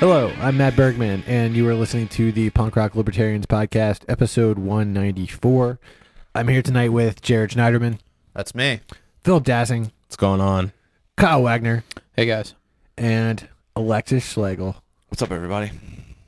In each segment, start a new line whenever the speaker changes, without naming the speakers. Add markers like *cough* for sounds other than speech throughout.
Hello, I'm Matt Bergman, and you are listening to the Punk Rock Libertarians Podcast, episode 194. I'm here tonight with Jared Schneiderman,
That's me.
Philip Dassing,
What's going on?
Kyle Wagner,
Hey guys.
and Alexis Schlegel.
What's up, everybody?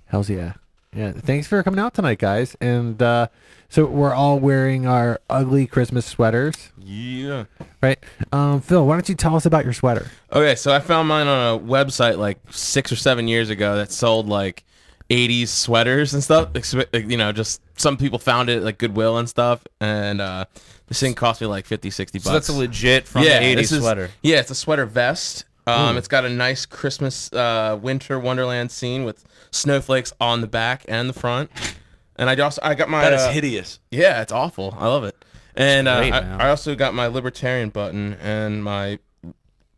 Hell's yeah. Yeah. Thanks for coming out tonight, guys. And uh, so we're all wearing our ugly Christmas sweaters,
Yeah.
right? Um, Phil, why don't you tell us about your sweater?
Okay, so I found mine on a website like six or seven years ago that sold like 80s sweaters and stuff. Ex- like, You know, just some people found it at like Goodwill and stuff. And uh, this thing cost me like 50, 60 bucks.
So that's a legit from
yeah,
the 80s
this is-
sweater.
Yeah, it's a sweater vest. Um, It's got a nice Christmas uh, winter wonderland scene with snowflakes on the back and the front. And I also I got my
That is
uh,
hideous.
Yeah, it's awful. I love it. And uh,
Great, man.
I, I also got my libertarian button and my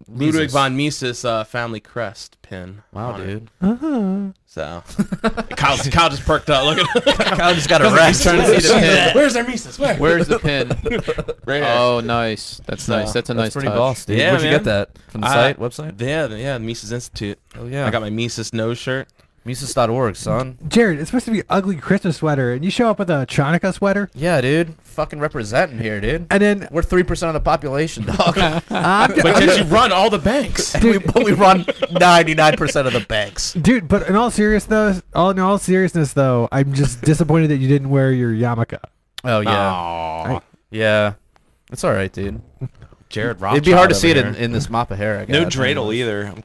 Ludwig von Mises uh, family crest pin. on it. So *laughs* Kyle, Kyle just perked up. Look at
Kyle just got a rest.
trying to see the
Yeah.
pin. Where's their Mises? Where?
Where's
*laughs*
the pin?
Right here.
oh, nice. That's nice. That's a nice
pretty
touch.
boss, dude.
Yeah,
Where'd you
man.
get that? From the
Uh,
site, website?
Yeah, the- yeah, the Mises Institute.
Oh yeah.
I got my Mises nose shirt.
Mises.org, son.
Jared, it's supposed to be ugly Christmas sweater, and you show up with a Chanukah sweater,
Yeah, dude. Fucking representing here, dude.
and then
We're three percent of the population,
*laughs*
dog. *laughs*
I'm,
*laughs* But yet you run all
*laughs*
the banks.
we, but we run ninety nine percent of the banks.
Dude, but in all seriousness, though, all in all seriousness, though, I'm just disappointed that you didn't wear your yarmulke.
Oh yeah.
Aw.
Yeah. It's all right, dude.
Jared Rothschild.
It'd be hard to see it
over
in,
here. e-
in this mop of hair. I
No
got.
dreidel either. I'm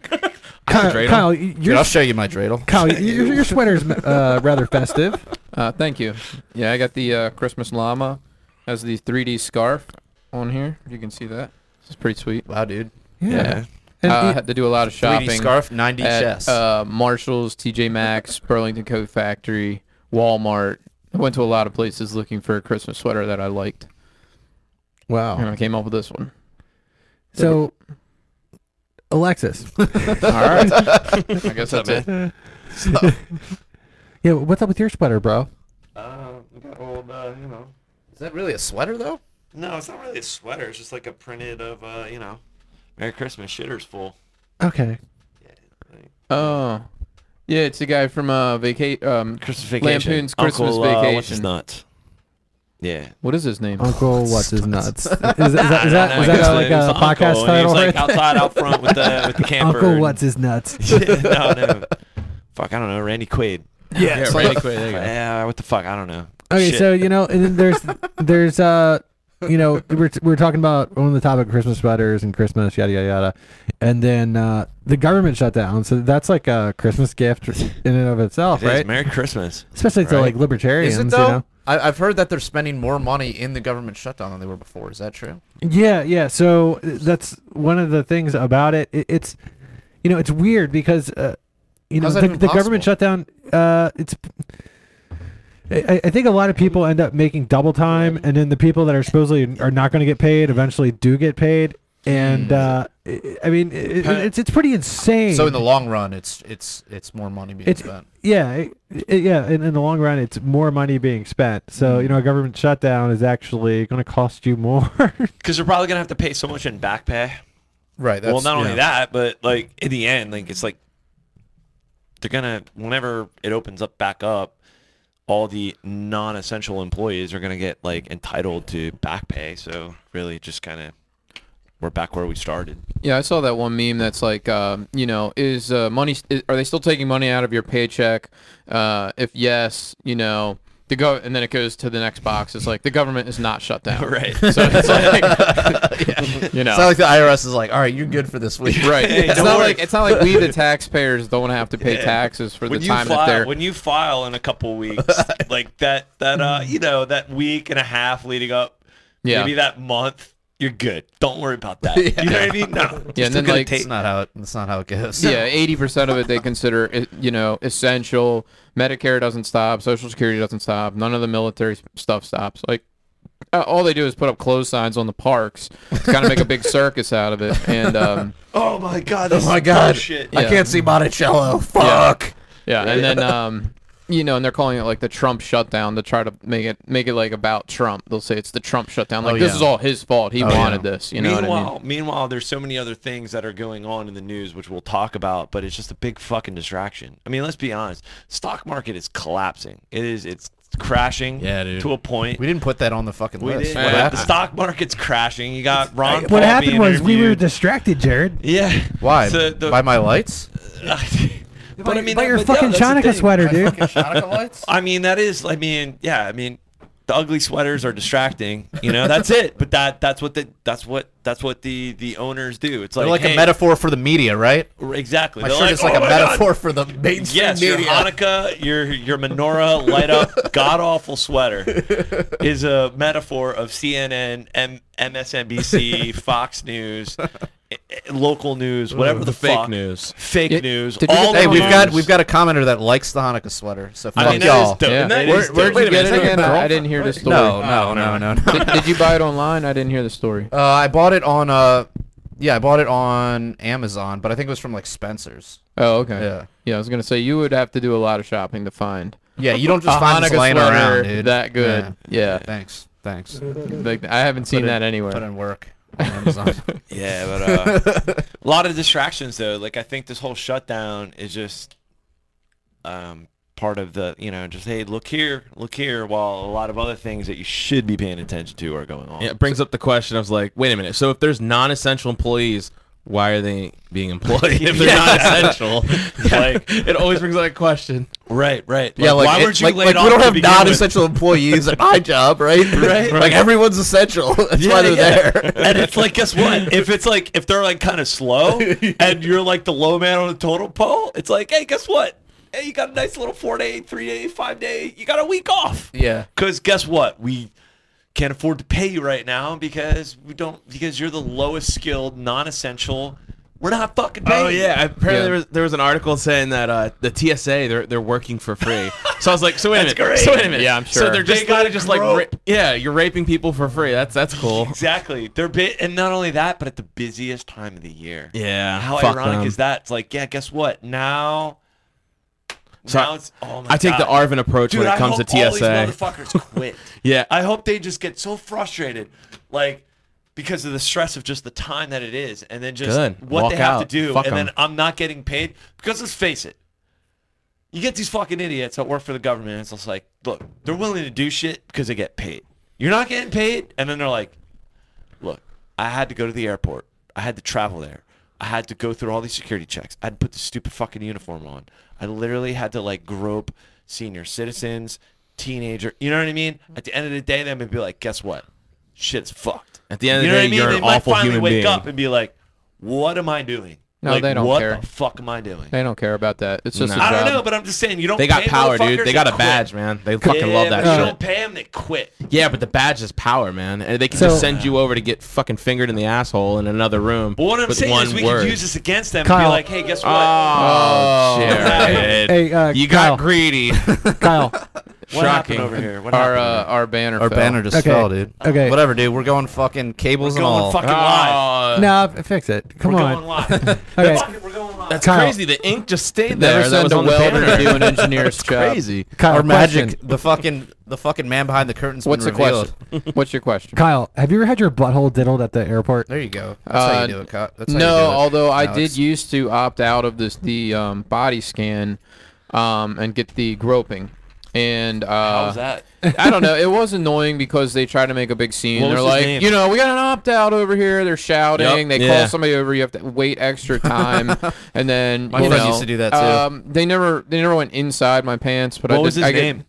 Kyle,
dreidel.
Kyle, y-
Dude, I'll
your,
show you my dreidel.
*laughs* Kyle y- your, your sweater's uh, rather festive.
Uh, thank you. Yeah, I got the uh, Christmas llama as the 3D scarf on here. You can see that. It's pretty sweet.
Wow, dude.
Yeah.
Yeah.
And
uh, I
y-
had to do a lot of shopping.
3D scarf, ninety
at,
chess.
Uh, Marshalls, TJ Maxx, Burlington Coat Factory, Walmart. I went to a lot of places looking for a Christmas sweater that I liked, and
wow.
I came up with this one.
So, Alexis,
All right. I guess that's it.
yeah, what's up with your sweater, bro?
Uh, we got old, uh, you know.
Is that really a sweater though?
No, it's not really a sweater. It's just like a printed of, uh, you know, Merry Christmas, shitter's full.
Okay.
Oh, yeah, it's the guy from uh, Vaca- um,
Christmas
vacation. Lampoon's Christmas
Uncle, uh, what's
vacation.
his nuts? Yeah.
What is his name?
Uncle, what's his nuts? Is, that is that, is that,
Nah, nah,
is
nah,
that
nah,
like
it was
a
Uncle, and
podcast
he
title?
was, like
right?
outside, out front with the with the camper.
Uncle,
and- *laughs*
what's his nuts?
no, no. Fuck, I don't know. Randy Quaid.
Yeah, Randy Quaid. There you go.
Yeah, what the fuck? I don't know.
Okay,
Shit.
so you know, and then
*laughs*
there's there's uh, you know, we're t- we're talking about on the topic of Christmas sweaters and Christmas yada yada yada, and then uh, the government shut down, so that's like a Christmas gift in and of itself,
It is.
right?
Merry Christmas.
Especially to
Right.
like libertarians,
Is it
you
though?
know.
I, I've heard that they're spending more money in the government shutdown than they were before. Is that true?
Yeah, yeah. So uh, that's one of the things about it. it it's, you know, it's weird because, uh, you know,
How's that
the,
even
the government
possible?
shutdown. Uh, it's. I, I think a lot of people end up making double time, and then the people that are supposedly are not going to get paid eventually do get paid, and uh, I- I mean, it, it- it's it's pretty insane.
Hmm. So in the long run, it's it's it's more money being
It's-
spent.
yeah, it, it- yeah. In, in the long run, it's more money being spent.
Hmm.
So you know, a government shutdown is actually going to cost you more. *laughs*
Because they're probably gonna have to pay so much in back pay.
Right. That's,
well, not only
yeah.
that, but like in the end, like it's like they're gonna whenever it opens up back up, all the non-essential employees are gonna get like entitled to back pay. So really, just kind of we're back where we started.
Yeah, I saw that one meme that's like, um, you know, is uh, money? Is, are they still taking money out of your paycheck? Uh, if yes, you know, the go, and then it goes to the next box. It's like the government is not shut
*laughs*
down,
Right.
So it's
*laughs*
like, *laughs* you know,
It's not
uh,
like the IRS is like, all right, you're good for this week.
right?
Hey,
it's
don't
not
worry.
like it's not like
*laughs*
we, the taxpayers, don't have to pay taxes for
when
the
you
time that
file,
they're.
when you file in a couple weeks,
*laughs*
like that, that uh, you know, that week and a half leading up,
Yeah.
maybe that month, you're good. Don't worry about
*laughs*
that. You know what I mean? No,
Yeah, and then like
It's not how it, it's not how it goes.
yeah, eighty percent of it they consider it, you know essential. Medicare doesn't stop, Social Security doesn't stop, none of the military s- stuff stops. Like uh, all they do is put up clothes signs on the parks to kind of make a big circus out of it. And um, *laughs*
oh my god, this
*laughs* Oh my
is
god.
bullshit.
I
Yeah.
can't see Monticello. Fuck.
yeah, and then um, you know, and they're calling it like the Trump shutdown to try to make it make it like about Trump. They'll say it's the Trump shutdown. Like this
yeah.
is all his fault. He
Oh,
wanted
yeah.
this. You know
meanwhile,
what I mean?
meanwhile, there's so many other things that are going on in the news, which we'll talk about, but it's just a big fucking distraction. I mean, let's be honest. Stock market is collapsing. It is. It's crashing.
Yeah, dude.
To a point.
We didn't put that on the fucking
We did.
list. What
The
happened?
stock market's crashing. You got Ron.
What
Paul
happened
being
was we were
interviewed.
distracted, Jared.
yeah.
Why?
So the-
By my lights?
but *laughs* I mean,
by your
but yeah,
fucking
that's the
Chanukah
thing.
sweater, dude.
*laughs*
lights?
I mean, that is. I mean, yeah. I mean, the ugly sweaters are distracting. You know, that's it. But that that's what the that's what that's what the the owners do. It's like,
They're like
hey,
a metaphor for the media, right?
Exactly.
My
They're
shirt is like
"Oh
a
my God,
metaphor for the mainstream
Yes, your
media.
Hanukkah, your your menorah light
*laughs*
up god awful sweater is a metaphor of CNN, M-
*laughs*
MSNBC, Fox News, i- i- local news, whatever the,
fake
fuck,
news.
fake
Yeah,
news.
did you
All
get that
Hey,
the
we've
news.
got we've got a commenter that likes the Hanukkah sweater, so fuck
I mean, that is
y'all.
dope.
Yeah.
And that
Where,
is
where'd
dope. Wait
you
a
get
minute,
it
is that
again?
your
I I
girlfriend?
didn't hear the story.
No, no, no, no,
*laughs*
no.
Did you buy it online? I didn't hear the story.
Uh, I bought it on uh, yeah, I bought it on Amazon, but I think it was from like Spencer's.
Oh, okay.
Yeah.
Yeah, I was gonna say you would have to do a lot of shopping to find
Yeah, you don't just
a
find this
Hanukkah
laying
sweater
around, dude.
that good. Yeah,
Thanks, thanks.
like I haven't seen
it-
that
Put
anywhere.
in work. on
*laughs*
Amazon.
Yeah, but uh, a lot of distractions though. Like I think this whole shutdown is just um, part of the you know just hey look here, look here, while a lot of other things that you should be paying attention to are going on.
Yeah, it brings up the question. I was like, wait a minute. So if there's non-essential employees, why are they
*laughs*
being employed if they're not
*laughs*
essential? Like, it *laughs* always brings up that question.
Right, right.
yeah, like,
why
it-
weren't you
like,
laid
like,
off
we
to
don't have
begin with?
non-essential employees at my job, right?
*laughs* Right.
Like everyone's essential. *laughs* That's why they're
yeah.
there.
*laughs* And it's like, guess what? If it's like, if they're like kind of
*laughs*
slow and you're like the low man on the totem pole, it's like, hey, guess what? Hey, you got a nice little four day, three day, five day. You got a week off.
Yeah.
Because guess what? We can't afford to pay you right now because we don't, because you're the lowest skilled, non essential. We're not fucking paying.
Oh yeah, apparently
Yeah.
There, was, there was an article saying that uh, the TSA they're they're working for *laughs* free. So I was like, so wait a
That's
minute,
great.
so wait a minute, yeah, I'm So
sure.
they're just
They gotta
literally just like,
grope.
ra- yeah, you're raping people for free. That's *laughs* that's cool.
Exactly. They're bit, and not only that, but at the busiest time of the year.
Yeah,
How
fuck
ironic
them.
is that? It's like, yeah, guess what? Now,
So
now
I-
it's, oh my
I take the
God.
Arvin approach
Dude,
when
I
it comes
hope
to TSA.
all these
*laughs*
motherfuckers quit.
Yeah.
I hope they just get so frustrated, like because of the stress of just the time that it is, and then just
Good.
what
Walk
they have to
out.
do,
Fuck
and then
'em.
I'm not getting paid. Because let's face it, you get these fucking idiots that work for the government. And it's just like, look, they're willing to do shit because they get paid. You're not getting paid, and then they're like, look, I had to go to the airport. I had to travel there. I had to go through all these security checks. I had to put the stupid fucking uniform on. I literally had to like grope senior citizens, teenager. You know what I mean?
Mm-hmm.
At the end of the day, they would be like, guess what? Shit's fucked.
At the end of
You know
the day,
what I mean?
you're
they
an
might
awful
finally
human
wake
being.
up and be like, what am I doing?
No,
Like,
they don't
what
care.
the fuck am I doing?
They don't care about that. It's just
No.
a
I
job.
don't know, but I'm just saying you don't.
They got
pay
power, dude.
motherfuckers,
They got a
quit.
badge, man. They fucking
Yeah,
love
but if
that
You
shit.
don't pay them, they quit.
Yeah, but the badge is power, man. And they can
So-
just send you over to get fucking fingered in the asshole in another room.
But what I'm
with
saying
one
is we
word.
could use this against them and
Kyle.
be like, hey, guess what?
Oh, *laughs* Jared.
Hey, uh,
you
Kyle,
got greedy.
Kyle.
what happened
shocking.
over here? What
Our
happened?
uh, our banner.
Our
fell.
banner just
Okay.
fell, dude.
Okay.
Whatever, dude. We're going fucking cables
We're
and
going
all.
fucking live.
Oh,
No, f- fix it. Come
we're
on.
going live.
Okay.
Fuck it, we're going live.
That's
Kyle.
crazy. The ink just stayed there. that
Never send
was
a
on the
welder to
banner.
do
*laughs*
an *laughs* engineer's job.
crazy.
Kyle,
Our
question.
magic, the fucking, the fucking man behind the curtains.
What's the question? What's your question?
Kyle, have you ever had your butthole diddled at the airport?
There you go. That's how
Uh,
you do it. Cut. *laughs* That's how
No,
you do it.
although I
Alex.
did used to opt out of this the um, body scan um, and get the groping. And uh,
How was that?
I don't know. It was annoying because they tried to make a big scene.
What
They're
was his
like,
name?
you know, we got an opt out over here. They're shouting.
Yup,
they
yeah.
call somebody over. You have to wait extra time, and then
My
you
friend
know,
used to do that, too.
Um, they never they never went inside my pants, but I
What
did,
was his
I get-
name?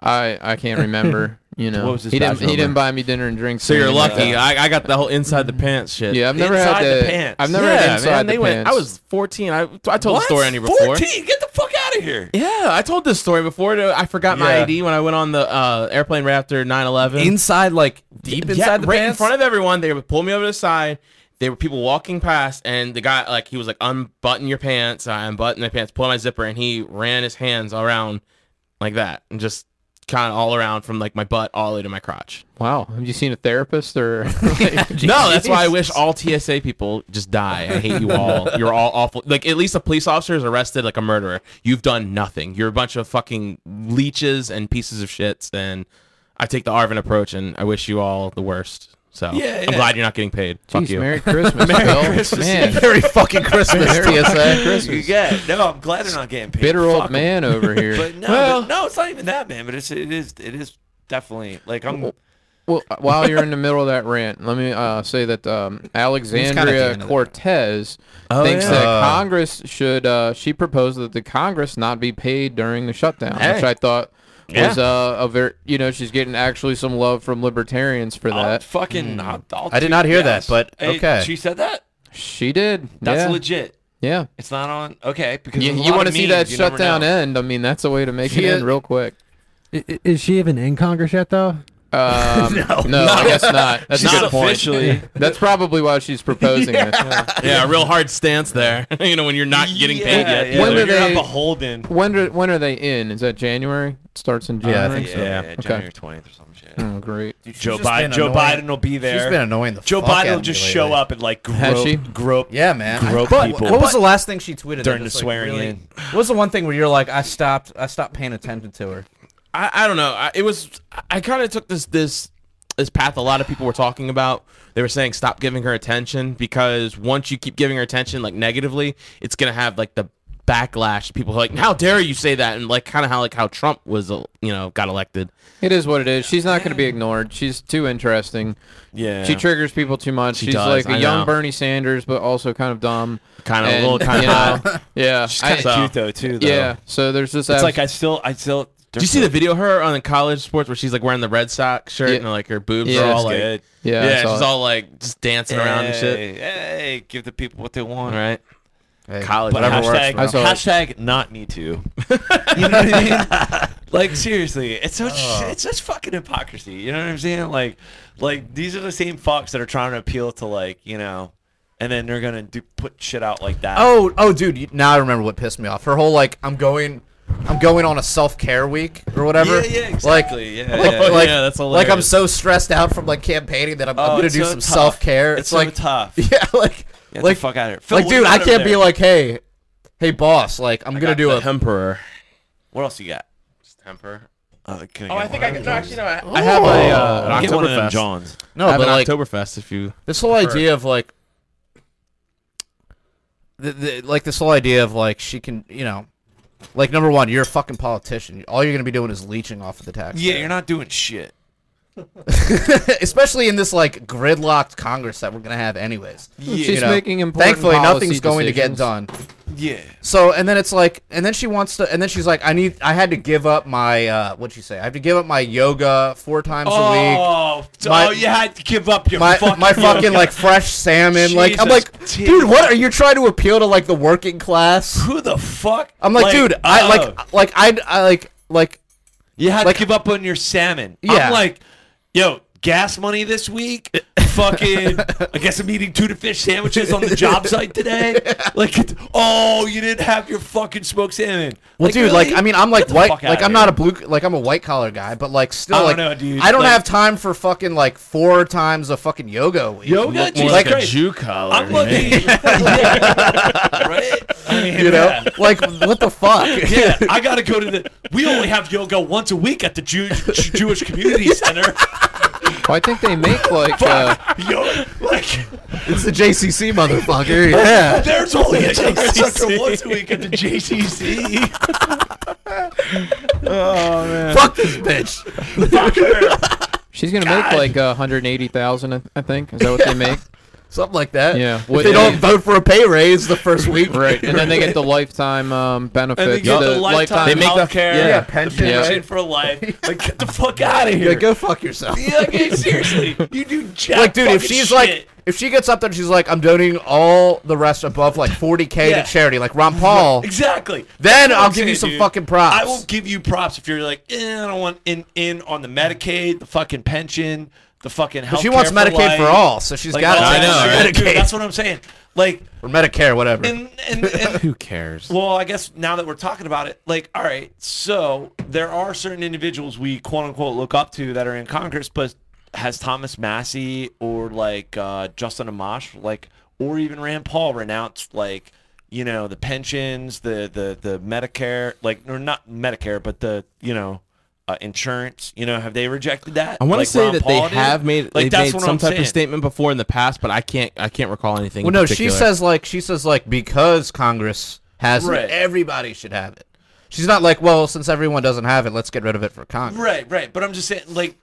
I I can't remember. You know,
What was his
he didn't
badge
he didn't
number?
buy me dinner and drinks.
So
or
you're
anything like
lucky.
that.
I, I got the whole inside the pants shit.
yeah, I've never
Inside
had
the
to.
pants.
I've never
yeah,
had inside
man,
the
they went,
pants.
I was 14. I, I told the
What?
story on here before.
14? Get the fuck out of here.
Yeah, I told this story before. I forgot my
Yeah.
ID when I went on the uh, airplane right after 9/11.
inside, like deep
Yeah,
inside the
right
pants.
in front of everyone. They would pull me over to the side. There were people walking past, and the guy like he was like unbutton your pants. I unbuttoned my pants, pulled my zipper, and he ran his hands around like that and just kind of all around from like my butt all the way to my crotch.
Wow. Have you seen a therapist or? *laughs*
*laughs*
like-
No, that's why I wish all TSA people just die. I hate you all. You're all awful. Like at least a police officer is arrested like a murderer. You've done nothing. You're a bunch of fucking leeches and pieces of shits. And I take the Arvin approach, and I wish you all the worst. So
Yeah,
I'm
yeah.
glad you're not getting paid. Fuck
Jeez,
you.
Merry Christmas, Merry Christmas. man.
Merry fucking Christmas, TSA.
You get no. I'm glad they're not getting paid.
Bitter
Fuck
old
'em.
man over
*laughs*
here.
But no, but no, it's not even that, man. But it's it is it is definitely like I'm.
Well, uh, while you're in the middle of that rant, let me uh, say that um,
the
Alexandria
end of that.
Cortez thinks
Oh, yeah.
that
Uh.
Congress should. Uh, she proposed that the Congress not be paid during the shutdown, which
Hey.
I thought
Yeah.
was uh, a very. You know, she's getting actually some love from libertarians for
I'll
that.
fucking. I'll, I'll
I did
tweet
not hear
it,
that,
yes.
but
Hey,
okay.
she said that.
she did.
That's
yeah.
legit.
Yeah.
It's not on. Okay, because
You,
there's a
you
lot
want to
of
see that
memes, you never
shutdown
know.
end? I mean, that's a way to make
She
it
is-
end real quick.
*laughs*
I- i- Is she even in Congress yet, though?
Um, no, I guess not. That's
She's
a
not
good point.
officially.
That's probably why she's
*laughs*
proposing this.
yeah, a real hard stance there. *laughs* you know, when you're not getting paid
Yeah,
yet.
yeah,
When
you're
do
not
they-
beholden.
When do, when are they in? Is that January? It starts in
Yeah, I
January.
think so.
Yeah,
Okay.
January twentieth or some shit.
Oh, great.
Joe Biden. Joe Biden will be
She's
there.
been annoying the
Joe
fuck out
Biden will
of me
just
lately.
show up and like
Has
grope,
she?
grope
Yeah, man. I-
Grope
but
people.
What was the last thing she tweeted that
during the
just, like,
swearing
really-
in.
What was the one thing where you're like, I stopped, I stopped paying attention to her.
I, I don't know. I, it was I kind of took this this this path a lot of people were talking about. They were saying stop giving her attention because once you keep giving her attention like negatively, it's gonna have like the backlash. People are like, how dare you say that? And like kind of how like how Trump was uh, you know got elected.
It is what it is. She's not going to be ignored. She's too interesting.
Yeah.
She triggers people too much.
She
She's
does,
like a
I
young
know.
Bernie Sanders, but also kind of dumb.
Kind of a
And,
little kind *laughs*
you
of.
know, *laughs* yeah.
She's
I-
kind of
so-
cute though too. Though.
yeah. So there's this.
It's
abs-
like I still, I still.
Do you see the video of her on the college sports where she's like wearing the Red Sox shirt
Yeah.
and like her boobs
Yeah.
are
That's
all like
good.
yeah.
yeah,
I saw
she's
it.
all like just dancing around and shit.
Hey, Hey, give the people what they want.
Right.
Hey,
College,
But
whatever
hashtag,
works, bro.
hashtag not me too. you know what I mean? Like seriously, it's such it's such fucking hypocrisy. You know what I'm saying? Like, like these are the same fucks that are trying to appeal to like you know, and then they're gonna do put shit out like that.
Oh, oh, dude! you- Now I remember what pissed me off. Her whole like, I'm going, I'm going on a self care week or whatever.
Yeah, yeah,
Like,
exactly. yeah,
like,
yeah.
Oh,
like,
yeah, that's
like I'm
hilarious.
so stressed out from like campaigning that I'm, I'm
Oh,
gonna
it's
do
so
some
tough.
self care. It's,
It's so
like,
tough.
*laughs* yeah, like,
Get
like,
the fuck out of here. Phil,
like,
what do you
dude, I
got over
can't be
there?
like, hey, hey, boss, like, I'm gonna do a.
emperor.
What else you got?
Emperor.
Oh, can
Oh, I think I can. No, actually, no. I, I
Ooh.
have a uh,
I
an
get one of them
Oktoberfest.
Johns.
No,
I have
but
an
like,
Oktoberfest if you.
this whole idea of like the, the, like this whole idea of like she can you know like number one you're a fucking politician all you're gonna be doing is leeching off of the tax
Yeah, you're not doing shit.
*laughs* especially in this like gridlocked congress that we're gonna have anyways
She's making important
thankfully nothing's
policy
going
decisions.
to get done
Yeah.
so and then it's like and then she wants to and then she's like i need i had to give up my uh what'd she say i have to give up my yoga four times a week
Oh,
My-
oh, you had to give up your
my
fucking
my
*laughs*
fucking like fresh salmon like i'm
Jesus
like dude
Jesus.
what are you trying to appeal to like the working class
Who the fuck?
I'm like, dude, I
oh,
like, like I, I like, like,
You had
like-
to give up on your salmon.
Yeah.
I'm like, yo, gas money this week.
*laughs*
Fucking, I guess I'm eating tuna fish sandwiches on the
*laughs*
job site today. Like, it- oh, you didn't have your fucking smoked salmon.
well, dude, like,
really?
I mean, I'm
Get
like
the
white,
fuck
like,
outta
I'm not
here.
a blue, like, I'm a white collar guy, but like, still,
I don't
like,
know, dude.
I don't
Like-
have time for fucking like four times a fucking yoga a week.
Yoga?
Like,
Jesus
like,
Christ.
Jew collar.
I'm lucky. *laughs* Yeah. Right? I mean,
you know,
yeah.
*laughs* like, what
*laughs*
the fuck?
Yeah, I gotta go to the. We only have yoga once a week at the Jew, Jewish
*laughs*
Community Center.
Well, I think
*laughs*
they make like. Uh,
Yo, like,
it's the JCC motherfucker. yeah.
there's only a yoga center once a week at the JCC.
fuck this bitch.
*laughs* she's gonna make like uh, 180,000, I- I think. Is that what they make?
Something like that.
Yeah.
If they don't vote for a pay raise the first week,
Right. And then they get the lifetime um, benefits.
And they get
the
the lifetime,
They make the-
health care,
yeah,
yeah, pension,
Yeah.
right?
for
*laughs*
life. Like, get the fuck out of
Yeah,
here.
go fuck yourself.
Yeah, okay, seriously, you do jack
like, dude, if
fucking
she's
shit.
like, if she gets up there and she's like, I'm donating all the rest above like 40k
Yeah.
to charity, like Ron Paul,
exactly,
then
That's what
I'll
I'm
give you
saying,
some
dude.
fucking props.
I will give you props if you're like, eh, I don't want in in on the Medicaid, the fucking pension, the fucking
But
health.
she wants Medicaid for all, so she's
Like,
got to
all
I
take
know,
that
right?
shit. Dude,
Medicaid
That's what I'm saying. Like,
or Medicare, whatever.
and and, and
*laughs* Who cares?
Well, I guess now that we're talking about it, like, all right, so there are certain individuals we quote unquote look up to that are in Congress, but has Thomas Massey or like uh, Justin Amash, like, or even Rand Paul renounced like, you know, the pensions, the the the Medicare, like, or not Medicare, but the you know. Uh, insurance, you know, have they rejected that?
I want to
Like
say
Ron
that
Paul
they
did?
have made
like
like
that's
they've made
what
some
I'm
type
saying.
of statement before in the past, but I can't I can't recall anything.
well,
in
no, she
particular.
says like she says like because Congress has
Right.
it, everybody should have it. She's not like, well, since everyone doesn't have it, let's get rid of it for Congress.
Right, right. But I'm just saying, like,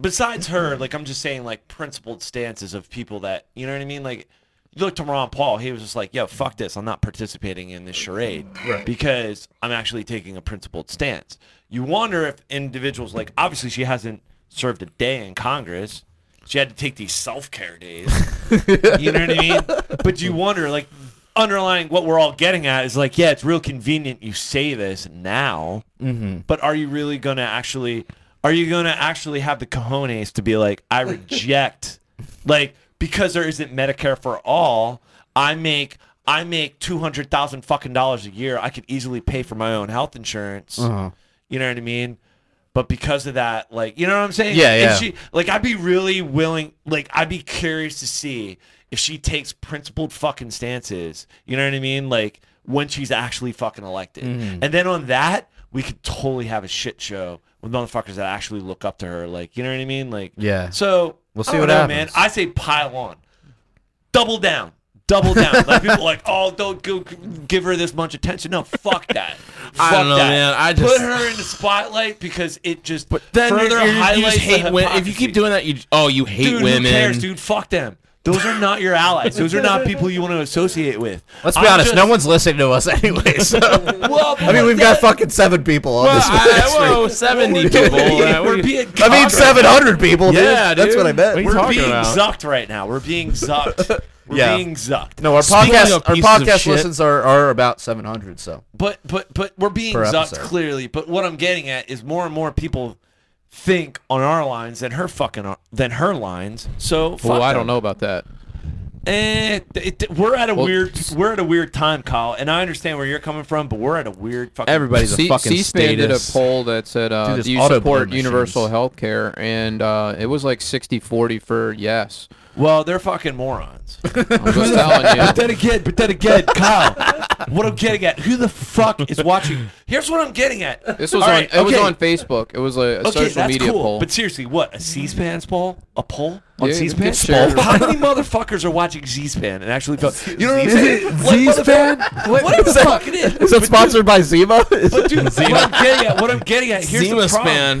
besides her, like, I'm just saying, like, principled stances of people that, you know what I mean? Like, you look to Ron Paul, he was just like, yo, fuck this. I'm not participating in this charade because I'm actually taking a principled stance. You wonder if individuals, like, obviously she hasn't served a day in Congress. She had to take these self care days. you know what I mean? But you wonder, like, underlying what we're all getting at is like, yeah, it's real convenient you say this now, mm-hmm. but are you really gonna actually? Are you gonna actually have the cojones to be like, I reject, like, because there isn't Medicare for all? I make I make two hundred thousand fucking dollars a year. I could easily pay for my own health insurance.
Uh-huh.
You know what I mean? But because of that, like, you know what I'm saying?
Yeah,
And
yeah.
she- like I'd be really willing like I'd be curious to see if she takes principled fucking stances. You know what I mean? Like when she's actually fucking elected.
Mm.
And then on that, we could totally have a shit show with motherfuckers that actually look up to her. Like, you know what I mean? Like
Yeah.
So
We'll
I
see
don't
what
know,
happens.
Man, I say pile on. Double down. Double down. like people are like, oh, don't go, give her this much attention. No, fuck that.
*laughs*
fuck
I don't know,
that.
man. I
put
just-
her in the spotlight because it just
Then
further
you're- you're- you just
highlights the
hate women. If you
hypocrisy
keep doing that, you oh you hate
dude,
women.
who cares,
*laughs*
dude? Fuck them. Those are not your allies. Those are not people you want to associate with.
Let's be
I'm
honest,
just-
no one's listening to
*laughs*
us anyway. So
Well,
I mean, we've got fucking seven people on
Well,
this.
Ah,
*laughs* I, whoa, seventy *laughs* people.
*laughs*
uh,
we're
we-
being.
*laughs* I mean, seven hundred people. dude.
Yeah,
that's
dude.
what I meant.
We're
talking
being
about?
zucked right now. We're being
*laughs*
zucked. We're
Yeah.
being zucked.
No, our
Speaking
podcast
of
our
pieces of
podcast
shit-
listens are, are about seven hundred. So
But but but we're being
Per
zucked
episode.
clearly. But what I'm getting at is more and more people think on our lines than her fucking than her lines. So fuck
Well, I don't
them.
know about that.
Eh, it, it- we're at a
Well,
weird we're at a weird time, Kyle, and I understand where you're coming from, but we're at a weird fucking
Everybody's a
C-
fucking
C-SPAN did a
status.
poll that said, uh,
Dude, this
"Do you
auto
support
blame
universal
machines.
health care?" And uh, it was like 60-40 for
*laughs*
yes.
Well, they're fucking
*laughs*
morons.
I'm just telling you.
but then again, but then again, Kyle, what I'm getting at, who the fuck is watching? Here's what I'm getting at.
This was
All
on.
right,
it was
okay.
on Facebook. It was a, a
Okay,
social
that's
media
cool.
poll.
But seriously, what a C-SPAN's poll, a poll on
Yeah,
C-SPAN.
it's shared.
How many motherfuckers are watching C-SPAN and actually?
*laughs*
Felt, you know *laughs* what I'm saying? What
Z span?
motherfuck- What the fuck it is?
is that sponsored by Zima?
But dude, what I'm getting at, what I'm getting at, here's
Zima
the problem.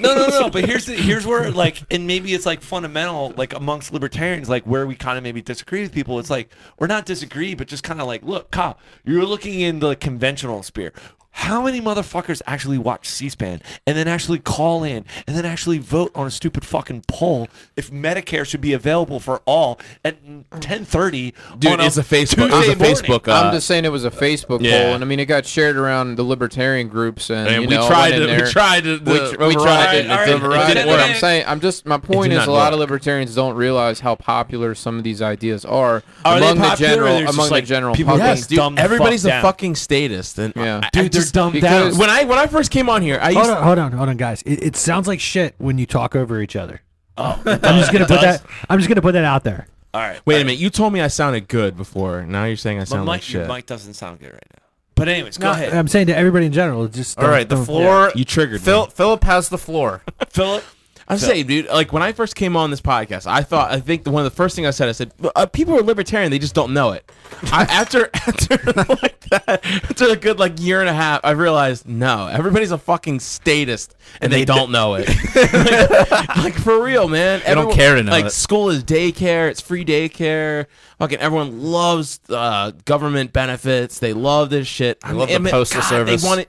*laughs* no, no, no. But here's the, here's where like, and maybe it's like fundamental, like amongst libertarians, like where we kind of maybe disagree with people. It's like we're not disagree, but just kind of like, look, Kyle, you're looking in the conventional sphere. How many motherfuckers actually watch C-SPAN and then actually call in and then actually vote on a stupid fucking poll if Medicare should be available for all at 10:30?
Dude,
on
it's a
Tuesday
Facebook. It's a
morning?
*laughs* Facebook.
I'm
Uh,
just saying it was a Facebook
yeah.
poll, and I mean it got shared around the libertarian groups, and,
and
you
we
know, I
tried
went
to.
in
We
there.
tried to.
We,
the-
tr- we tried it. and
Alright,
It didn't,
alright,
it didn't
alright.
work. I'm saying, I'm just, my point
did
is, a
not
lot of
work.
libertarians don't realize how popular some of these ideas are,
Are they
among the
popular or
general,
they're just
among
like
the general
people
public.
Yes,
Yes,
dude,
dude.
dumb the
Everybody's
fuck
a
down.
fucking statist. And
Yeah.
I, I
Dude, they're
just,
dumbed
because-
down.
when I when I first came on here, I used
Hold on, hold on, hold on, guys. It, it sounds like shit when you talk over each other. Oh,
Uh,
I'm just gonna put that. I'm just gonna put that out there.
All right,
Wait a minute. You told me I sounded good before. Now you're saying I
But
sound
Mike,
like shit.
Mike doesn't sound good right now. But anyways, go ahead.
I'm saying to everybody in general, just
All right, the floor.
Oh, You triggered
Phil,
me. Oh,
Philip has
*laughs*
the floor.
Philip,
I'm saying, dude, like when I first came on this podcast, I thought, I think the, one of the first things I said, I said, uh, people are libertarian, they just don't know it.
*laughs*
I, after *laughs* after like that, after a good like year and a half, I realized no, everybody's a fucking statist and, they, don't know
*laughs*
it. *laughs* like, like, for real, man. They
don't care to know
Like
it.
school is daycare, it's free daycare. Fucking everyone loves uh, government benefits. They love this shit. I
love the postal
God,
service.
They want it.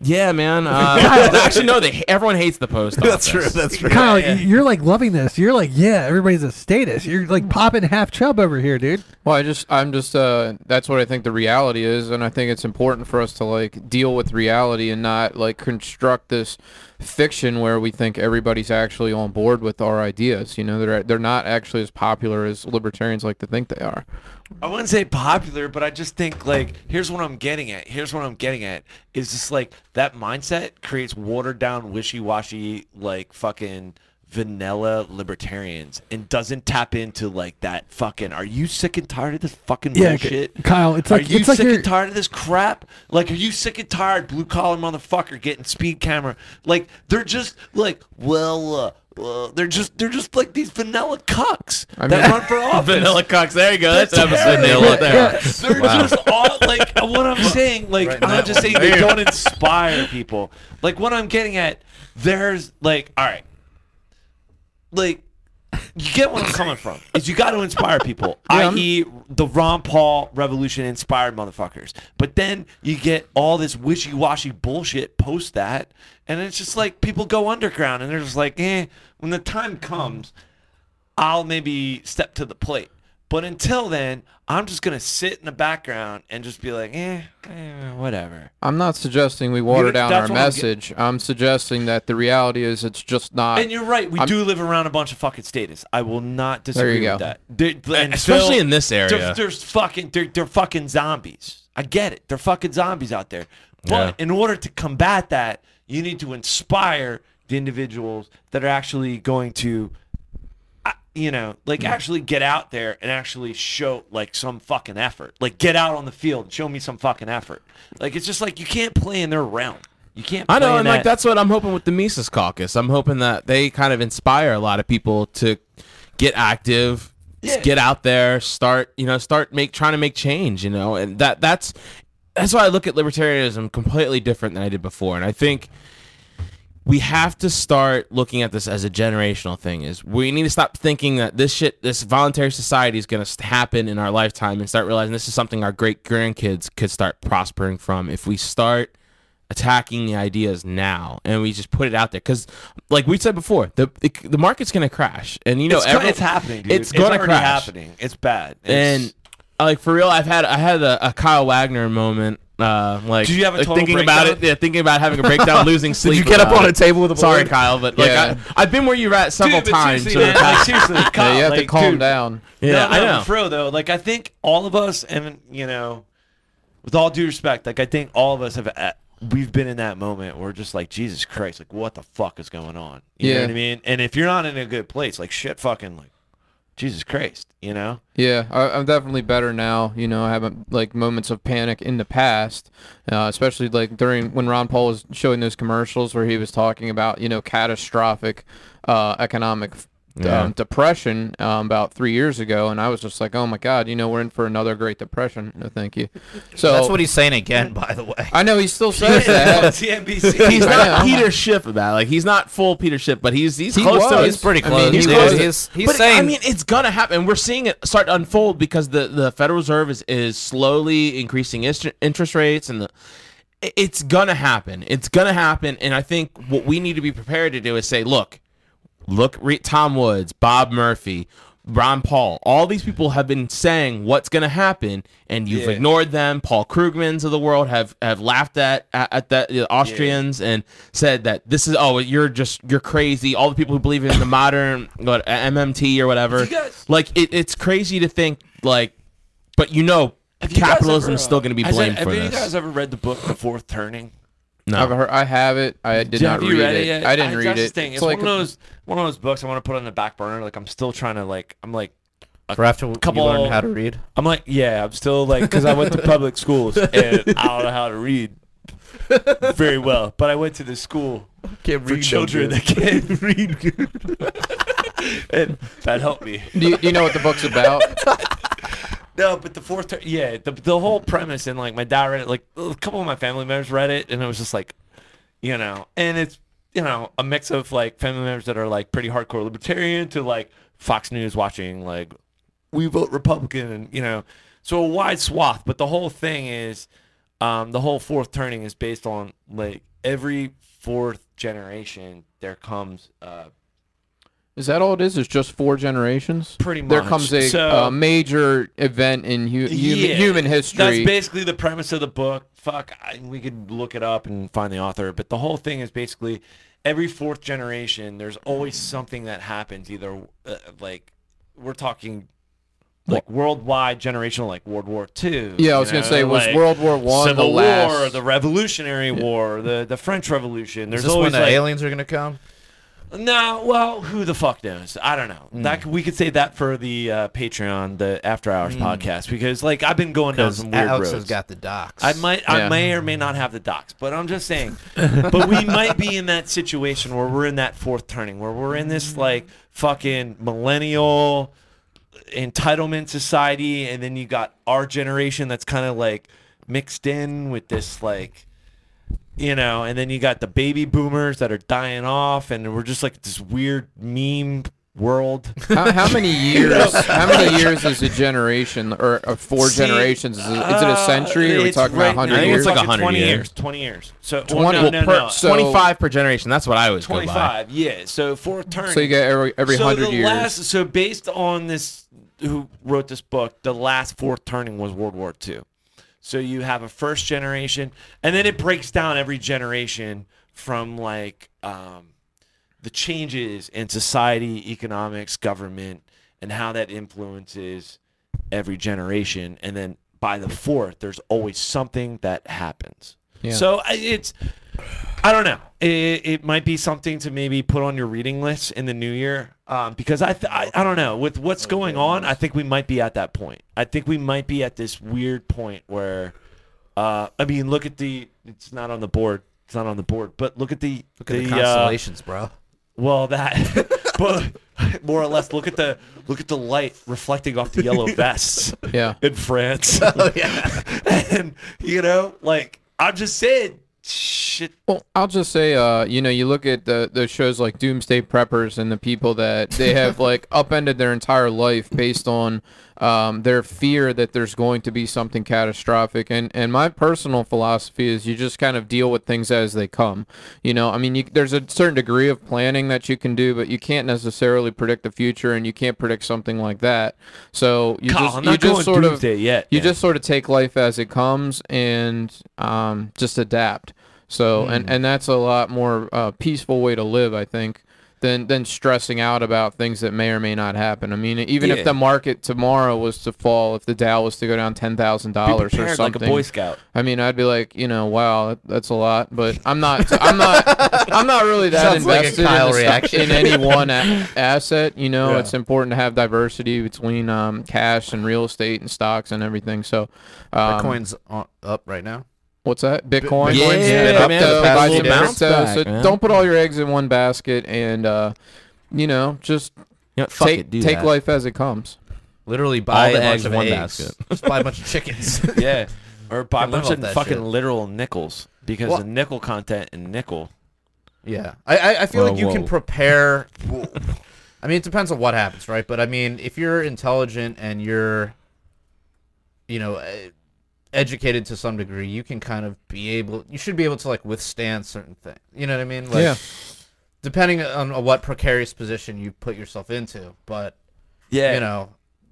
Yeah, man.
*laughs*
Uh, actually, no. They everyone hates the post office.
That's
*laughs*
true.
Kyle, you're like loving this. You're like, yeah, everybody's a status. You're like popping half chub over here, dude.
Well, I just, I'm just, uh, that's what I think the reality is, and I think it's important for us to like deal with reality and not like construct this fiction where we think everybody's actually on board with our ideas. You know, they're they're not actually as popular as libertarians like to think they are.
I wouldn't say popular, but I just think like here's what I'm getting at. Here's what I'm getting at is just like that mindset creates watered down, wishy washy, like fucking vanilla libertarians, and doesn't tap into like that fucking. Are you sick and tired of this fucking
Yeah,
bullshit?
Kyle, it's
are
like-
you
it's like
sick
you're-
and tired of this crap? Like, are you sick and tired, blue collar motherfucker, getting speed camera? Like, they're just like, well, uh, well, they're just they're just like these vanilla cucks that
*laughs*
run for office.
Vanilla Cox. There you go. That's,
That's
episode
terrible.
vanilla. There.
They're just all like what I'm saying. Like I'm just saying they don't inspire people. Like what I'm getting at, there's like all right, like you get where I'm coming from. Is you got to inspire people, i.e., the Ron Paul revolution inspired motherfuckers. But then you get all this wishy washy bullshit post that, and it's just like people go underground and they're just like, eh. When the time comes, I'll maybe step to the plate. But until then, I'm just gonna sit in the background and just be like, eh, eh whatever.
I'm not suggesting we water
You're-
down our
that's what I'm get-
message. I'm, suggesting that the reality is it's just not.
And you're right. We
I'm-
do live around a bunch of fucking status. I will not disagree
go.
with that. There- and
E-, Especially
Phil-
in this area.
There's, there's fucking they're, they're fucking zombies. I get it. They're fucking zombies out there. But in order to combat that, you need to inspire the individuals that are actually going to I- you know, like
Hmm.
actually get out there and actually show like some fucking effort. Like get out on the field and show me some fucking effort. Like it's just like you can't play in their realm. You can't play
I know,
in
and
that.
like that's what I'm hoping with the Mises Caucus. I'm hoping that they kind of inspire a lot of people to get active, s-
Yeah.
get out there, start you know, start make trying to make change. You know, and that that's that's why I look at libertarianism completely different than I did before. And I think we have to start looking at this as a generational thing is we need to stop thinking that this shit this voluntary society is going to happen in our lifetime and start realizing this is something our great grandkids could start prospering from if we start attacking the ideas now and we just put it out there because like we said before the the market's going to crash and you know
it's, co-
every-
it's happening. Dude.
it's going to
already
crash
happening. It's bad. It's-
and uh, like for real, I've had I had a, a Kyle Wagner moment. Uh, like,
Did you have a
like,
total
thinking about it,
breakdown?
yeah, thinking about having a breakdown, losing sleep.
you get up
about
on
it.
a table with a
Sorry,
board?
Kyle, but like
Yeah.
I, I've been where you're at several
Dude, but
times.
seriously,
so
man, like, seriously, *laughs*
Yeah,
Kyle,
you have to
like,
calm
dude,
down.
yeah,
no,
I
no,
know.
For real though, like I think all of us, and you know, with all due respect, like I think all of us have, uh, we've been in that moment where just like Jesus Christ, like what the fuck is going on? You know
Yeah.
what I mean? And if you're not in a good place, like shit, fucking like Jesus Christ, you *laughs* know?
Yeah, I, I'm definitely better now. You know, I haven't like moments of panic in the past, uh, especially like during when Ron Paul was showing those commercials where he was talking about you know catastrophic uh, economic um, depression um, about three years ago, and I was just like, oh my god, you know, we're in for another Great Depression. No, thank you. So
That's what he's saying again, by the
*laughs*
way.
I know he still says that.
CNBC.
He's
I
not
know.
Peter Schiff of that. Like he's not full Peter Schiff, but he's he's
He
close to
was.
it.
He's pretty
I mean,
close,
he's
dude.
close to it.
He's, he's
but
saying
I mean, it's gonna happen. We're seeing it start to unfold because the the Federal Reserve is is slowly increasing ist- interest rates, and the i- it's gonna happen. It's gonna happen, and I think what we need to be prepared to do is say, look, look, re- Tom Woods, Bob Murphy. Ron Paul, all these people have been saying what's going to happen, and you've
Yeah.
ignored them. Paul Krugman's of the world have have laughed at at, at that the Austrians and said that this is oh you're just you're crazy. All the people who believe in the modern what, MMT or whatever,
You guys-
like it, it's crazy to think like, but you know
Have you guys
capitalism
ever, uh,
is still going to be
has
blamed
it-
for
Have
this.
you guys ever read the book The Fourth Turning?
I've heard, I have it. I did
Have
not
you
read
read
it.
yet?
I didn't
that's
read
the
it.
Thing. It's,
like
one of those one of those books I want to put on the back burner. Like I'm still trying to like I'm like
for after
couple-
you learn how to read.
I'm like, yeah, I'm still like, because I went to public schools
*laughs*
and I don't know how to read very well, but I went to this school
Can't
for children *laughs* that
*laughs*
can't read good. *laughs* and that helped me.
do, you, do you know what the book's about?
No, but the fourth, ter- yeah, the, the whole premise and like my dad read it, like a couple of my family members read it, and it was just like, you know, and it's you know a mix of like family members that are like pretty hardcore libertarian to like Fox News watching like we vote Republican, and you know, so a wide swath. But the whole thing is, um, the whole fourth turning is based on like every fourth generation there comes uh,
Is that all it is? It's just four generations?
Pretty
There
much.
comes a,
So-
a major event in hu- human,
Yeah.
human history.
That's basically the premise of the book. Fuck, I, we could look it up and find the author, but the whole thing is basically every fourth generation, there's always something that happens. Either uh, like we're talking like worldwide generational, like World War II.
Yeah, I
you
was gonna
know,
say was
like
World War One the
Civil
last.
War, the Revolutionary War, the the French Revolution. There's
Is this when
always
the
like,
aliens are gonna come?
no, well, who the fuck knows? I don't know.
Mm.
That we could say that for the uh, Patreon, the After Hours podcast, because like I've been going down
Mm. Because
some weird
Alex
roads.
has got the docs.
I might, I
Yeah.
may or may not have the docs, but I'm just saying. but we might be in that situation where we're in that fourth turning, where we're in this like fucking millennial entitlement society, and then you got our generation that's kind of like mixed in with this like. You know, and then you got the baby boomers that are dying off, and we're just like this weird meme world.
how,
*laughs*
how many years? how many years is a generation or, or *laughs* four
See,
generations? Is it, is it a
uh,
century? Are we
it's
talking
right-
about
I
hundred
think It's
years?
like
It's like
100
100
years.
years.
20 years. So, well,
20
Oh, no,
well,
no,
per-
no.
so-
25 per generation. That's what I always go by.
25 yeah so for turning
so you get every every
so
hundred
the
years.
last, so based on this who wrote this book the last fourth turning was world war ii so you have a first generation and then it breaks down every generation from like um, the changes in society economics government and how that influences every generation and then by the fourth there's always something that happens so I- it's I don't know. It, it might be something to maybe put on your reading list in the new year, um, because I, th- I I don't know with what's going on. I think we might be at that point. I think we might be at this weird point where, uh, I mean, look at the. It's not on the board. It's not on the board. But look at the
look at the,
uh,
constellations, bro. *laughs*
well, that. *laughs* but more or less, look at the look at the light reflecting off the yellow
*laughs*
vests
yeah.
in France, *laughs*
Oh yeah.
and you know, like I'm just saying, shit.
Well, I'll just say, uh, you know, you look at the the shows like Doomsday Preppers and the people that
*laughs*
they have like upended their entire life based on um, their fear that there's going to be something catastrophic. And and my personal philosophy is you just kind of deal with things as they come. You know, I mean, you, there's a certain degree of planning that you can do, but you can't necessarily predict the future, and you can't predict something like that. So you
Kyle,
just
I'm
you
not
just
going
sort of
Doomsday yet.
you
man.
just sort of take life as it comes and um, just adapt. So,
Hmm.
and, and that's a lot more uh, peaceful way to live, I think, than than stressing out about things that may or may not happen. I mean, even
Yeah.
if the market tomorrow was to fall, if the Dow was to go down ten thousand dollars or
prepared
something,
like a Boy Scout.
I mean, I'd be like, you know, wow, that- that's a lot, but I'm not, I'm not, I'm not really that
Sounds like a
invested
Kyle
in, the-
reaction.
in any one a- asset. You know, it's important to have diversity between um, cash and real estate and stocks and everything. So, um,
Bitcoin's on, up right now.
what's that? Bitcoin.
Yeah,
Bitcoin's been
yeah,
up,
man,
though,
it's had a
buy
little
some
bounce
crypto.
back,
so
man.
don't put all your eggs in one basket and, uh, you know, just
You know, fuck
take
it, do
take
that.
life as it comes.
Literally
Buy
buy
a
the
bunch
eggs
of
in one
eggs.
basket.
Just buy a bunch
*laughs*
of chickens. *laughs*
Yeah. Or buy a
live
bunch
off
of
that
fucking
shit.
literal nickels because
Well-
the nickel content in nickel.
yeah. I, I, I feel
Whoa,
like you can
whoa.
*laughs*
prepare. I mean, it depends on what happens, right? But I mean, if you're intelligent and you're, you know, eh, educated to some degree, you can kind of be able. You should be able to like withstand certain things. You know what I mean? Like,
Yeah.
Depending on what precarious position you put yourself into, but
Yeah.
you know,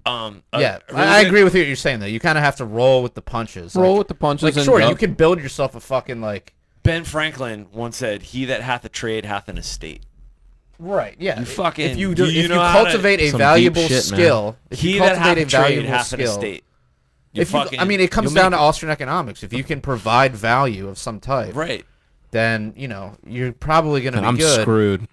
Um. a-
yeah,
a really
I, I
good-
agree with you what you're saying though. You kind of have to roll with the punches.
Roll
like,
with the punches.
like
and
sure, you can build yourself a fucking like
Ben Franklin once said, "He that hath a trade hath an estate."
Right. Yeah.
You fucking-
If you do,
you- you
if you
know how to-
cultivate a
Some deep
valuable
shit, man.
skill, if
he
you
that
cultivate
hath
a
a trade
valuable
hath an
skill.
estate. You
If you,
fucking.
I mean, it comes
you'll
down to
make-
Austrian economics. If you can provide value of some type,
right.
then you know you're probably going to be
I'm
good.
screwed.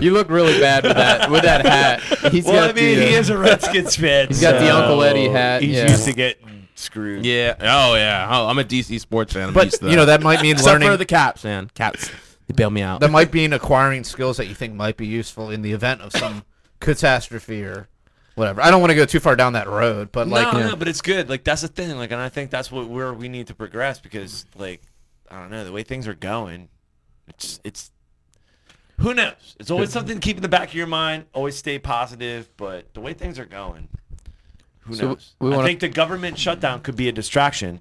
You look really bad with that with that
*laughs*
hat. He's
Well,
got
I mean,
the,
he
uh,
is a
*laughs*
Redskins fan. He's
got the Uncle Eddie hat,
He's
yeah.
used to getting screwed.
*laughs* Yeah. Oh yeah. Oh, I'm a DC sports fan. I'm
But
used to
you know that might
*laughs*
mean
except
learning.
for the Caps, man. Caps. They bail me out.
that might mean acquiring skills that you think might be useful in the event of some *coughs* catastrophe or whatever. I don't want to go too far down that road, but like
no, no, but it's good. Like that's the thing. Like, and I think that's what where we need to progress because, like, I don't know, the way things are going, it's it's who knows. It's always something to keep in the back of your mind. Always stay positive, but the way things are going, who
So
knows?
we wanna-
I think the government shutdown could be a distraction,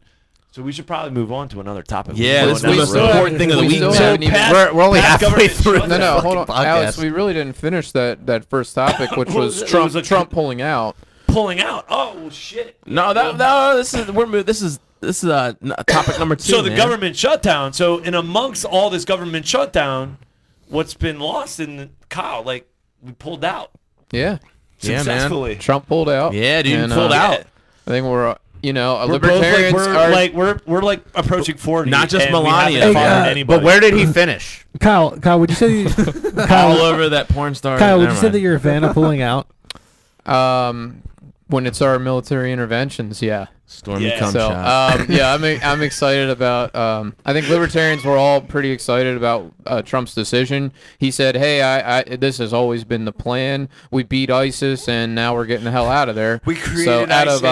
so we should probably move on to another topic.
Yeah,
We're
this is the
going
most
down road.
important thing of the
we
week.
still
man.
haven't even-
Pat-
we're, we're only
Pat
halfway
government
through.
shutdown.
No, no, hold on,
Fucking
Alex.
podcast.
We really didn't finish that, that first topic, which
Well,
was
it
Trump
was a-
Trump pulling out.
Pulling out. Oh shit.
No, that no. This is we're move. This is this is uh, n- topic number two.
so the
man.
government shutdown. So in amongst all this government shutdown, what's been lost in the, Kyle? Like we pulled out
Yeah.
Yeah, man.
successfully.
Trump pulled out.
Yeah, dude,
And,
pulled
uh,
out.
I think we're, uh, you know, uh,
We're both like
libertarians
we're,
are
like we're we're like approaching forty.
Not just
and we
Melania.
haven't
Hey,
fired
uh,
anybody.
But where did he
*clears throat*
finish?
Kyle, Kyle, would you *laughs* say,
all
Kyle,
over that porn star.
Kyle, would
Never
you say
mind.
that you're a fan of pulling out?
um, when it's our military interventions, yeah.
Stormy
Yeah.
cum
So
shot.
uh,
um, yeah, I'm I'm excited about. Um, I think libertarians were all pretty excited about uh, Trump's decision. He said, "Hey, I, I this has always been the plan. We beat ISIS, and now we're getting the hell out of there."
We
so
created
out
ISIS.
of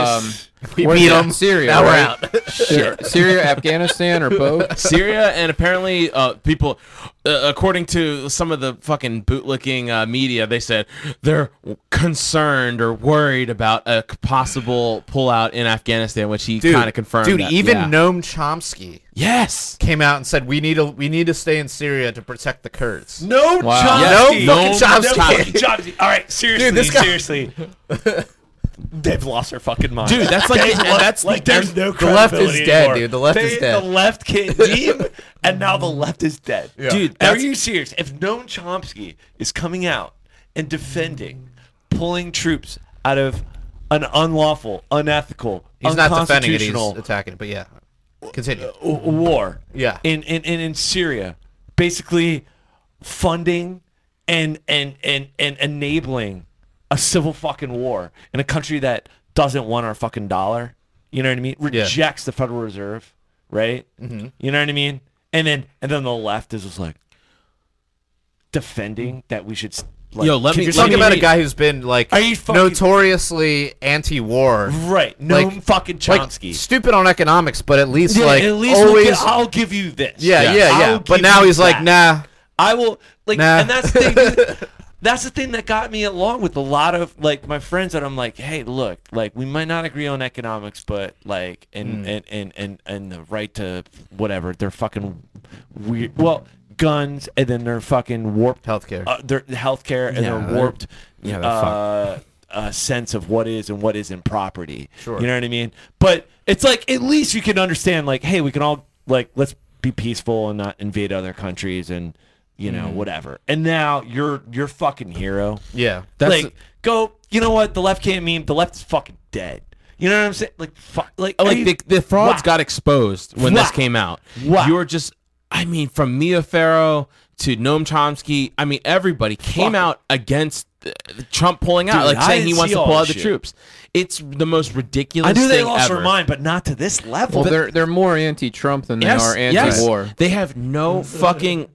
um,
We
where's
beat
that?
'em.
Syria.
Now we're
right?
out.
Sy- Syria, Afghanistan, or
*laughs*
both.
Syria, and apparently, uh, people, uh, according to some of the fucking bootlicking uh, media, they said they're concerned or worried about a c- possible pullout in Afghanistan, which he kind of confirmed.
Dude,
that.
even
yeah.
Noam Chomsky
yes,
came out and said we need to we need to stay in Syria to protect the Kurds.
No
Wow.
Chomsky.
No fucking Chomsky.
fucking Chomsky. All right, seriously,
this guy-
seriously.
*laughs*
They've lost their fucking mind.
dude,
*laughs*
that's like and that's
like there's no
the left is
credibility
dead,
anymore.
dude. The left
They-
is dead.
The left
*laughs*
can't deem, and now the left is dead.
Dude,
are
that's-
you serious? If Noam Chomsky is coming out and defending pulling troops out of an unlawful, unethical,
He's not defending it. He's
unconstitutional
attacking it. But yeah, continue.
w- war.
Yeah.
In in in, in Syria, basically funding and and and and enabling a civil fucking war in a country that doesn't want our fucking dollar. You know what I mean? Rejects the Federal Reserve, right?
Mm-hmm.
You know what I mean? And then and then the left is just like defending that we should s- like
Yo, let me-
You're
continue-
talking about a guy who's been like
Are you fucking-
notoriously anti-war,
right? No
like-
fucking Chomsky.
like stupid on economics, but at least
Yeah,
like
at least we'll
always.
get- I'll give you this.
yeah, yeah, yeah.
I'll
But
give
now
you
he's like,
that.
nah.
I will like,
Nah.
and that's the thing. dude. that's the thing that got me along with a lot of like my friends that I'm like, hey, look, like we might not agree on economics, but like, and and, and and and the right to whatever, they're fucking weird. Well, guns, and then they're fucking warped
Healthcare.
uh, their healthcare, and
Yeah,
their
they're-
warped
yeah, they're
uh, uh, sense of what is and what isn't property.
Sure.
you know what I mean. But it's like at least you can understand, like, hey, we can all like let's be peaceful and not invade other countries and you
Mm.
know whatever. And now you're you're fucking hero.
Yeah.
That's-
like go. You know what? The left can't meme. The left is fucking dead. You know what I'm saying? Like fuck. Like
Oh,
are
like
you-
the, the frauds
Wow.
got exposed when
Wow.
this came out.
Wow.
You were just, I mean, from Mia Farrow to Noam Chomsky, I mean, everybody came out against uh, Trump pulling out,
Dude,
like
I
saying he
didn't
wants
see
to
all
pull
this
out the
shit.
troops. It's the most ridiculous.
I knew they
thing
lost their
ever.
mind, but not to this level.
Well, they're they're more anti-Trump than they
Yes,
are anti-war.
yes. They have no
Mm.
fucking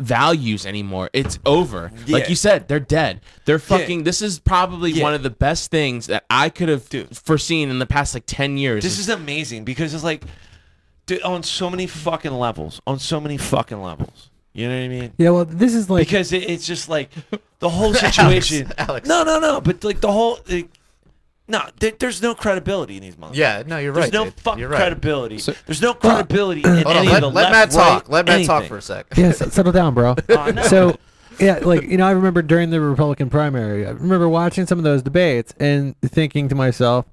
values anymore. It's over.
Yeah.
Like you said, they're dead. They're fucking. This is probably
Yeah.
one of the best things that I could have foreseen in the past like ten years.
This is amazing because it's like dude, on so many fucking levels, on so many fucking levels. You know what I mean?
*laughs* Yeah, well, this is like
Because it, it's just like the whole
*laughs*
situation.
Alex.
No, no, no. But like the whole, like, no, there, there's no credibility in these motherfuckers.
Yeah. No, you're
There's
right.
no
dude.
fucking
You're right.
credibility. There's no credibility in
Hold
any of
on. Let,
the
let Matt
left,
talk.
right,
Let Matt talk
anything.
for a sec.
yeah, s- settle down,
*laughs*
bro.
Oh,
Uh, no.
So, yeah, like you know, I remember during the Republican primary, I remember watching some of those debates and thinking to myself,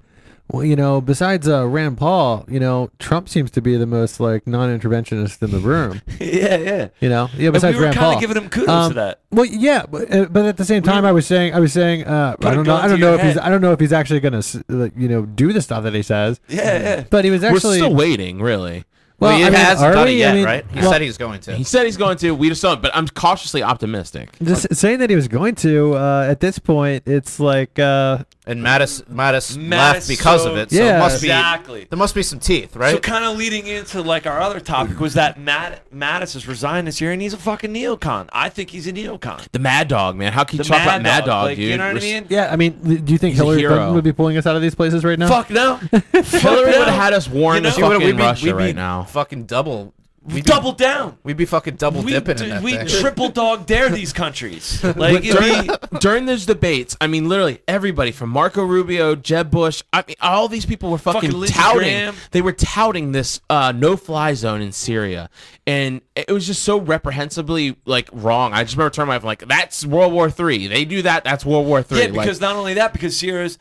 well, you know, besides uh, Rand Paul, you know, Trump seems to be the most like non-interventionist in the room.
*laughs* yeah, yeah.
You know, yeah.
And
Besides
we were
Rand
kinda
Paul,
giving him kudos
Um,
to that.
Well, yeah, but, uh, but at the same time, I was saying, I was saying, uh,
a
I don't know,
gun
I
to
don't
your
know if he's,
head.
I don't know if he's actually gonna, s- like, you know, do the stuff that he says.
Yeah, yeah.
But he was
We're
actually
still waiting, really.
well.
he
I mean,
hasn't
are
done it
we? I
yet,
mean,
right? He
well,
said he's going to.
He said he's going to. We just don't. But I'm cautiously optimistic.
Just saying that he was going to uh, at this point, it's like uh,
And Mattis, Mattis,
Mattis,
left because
so-
of it. So
Yeah.
it must be
Exactly.
there must be some teeth, right?
So kind of leading into like our other topic was that Matt Mattis has resigned this year and he's a fucking neocon. I think he's a neocon.
The Mad Dog, man. How can you
The
talk
mad
about Mad Dog,
like,
dude?
You know what I
Res-
mean?
yeah. I mean, do you think
He's a
Hillary
hero.
Clinton would be pulling us out of these places right now?
Fuck *laughs* no.
Hillary
Fuck
would
no.
have had us war in
You
the
know,
fucking
we'd be,
Russia
we'd be
right now.
Fucking double. We'd be,
Double down.
We'd be fucking double
We,
dipping
d-
in that
we
thing.
triple dog
*laughs*
dare these countries. Like it'd
during,
be,
during those debates, I mean, literally everybody from Marco Rubio, Jeb Bush, I mean, all these people were fucking,
Fucking Lindsey
touting.
Graham.
They were touting this uh, no-fly zone in Syria, and it was just so reprehensibly like wrong. I just remember turning my phone like, "That's World War Three. They do that. That's World War Three.
yeah, because not only that, because Syria's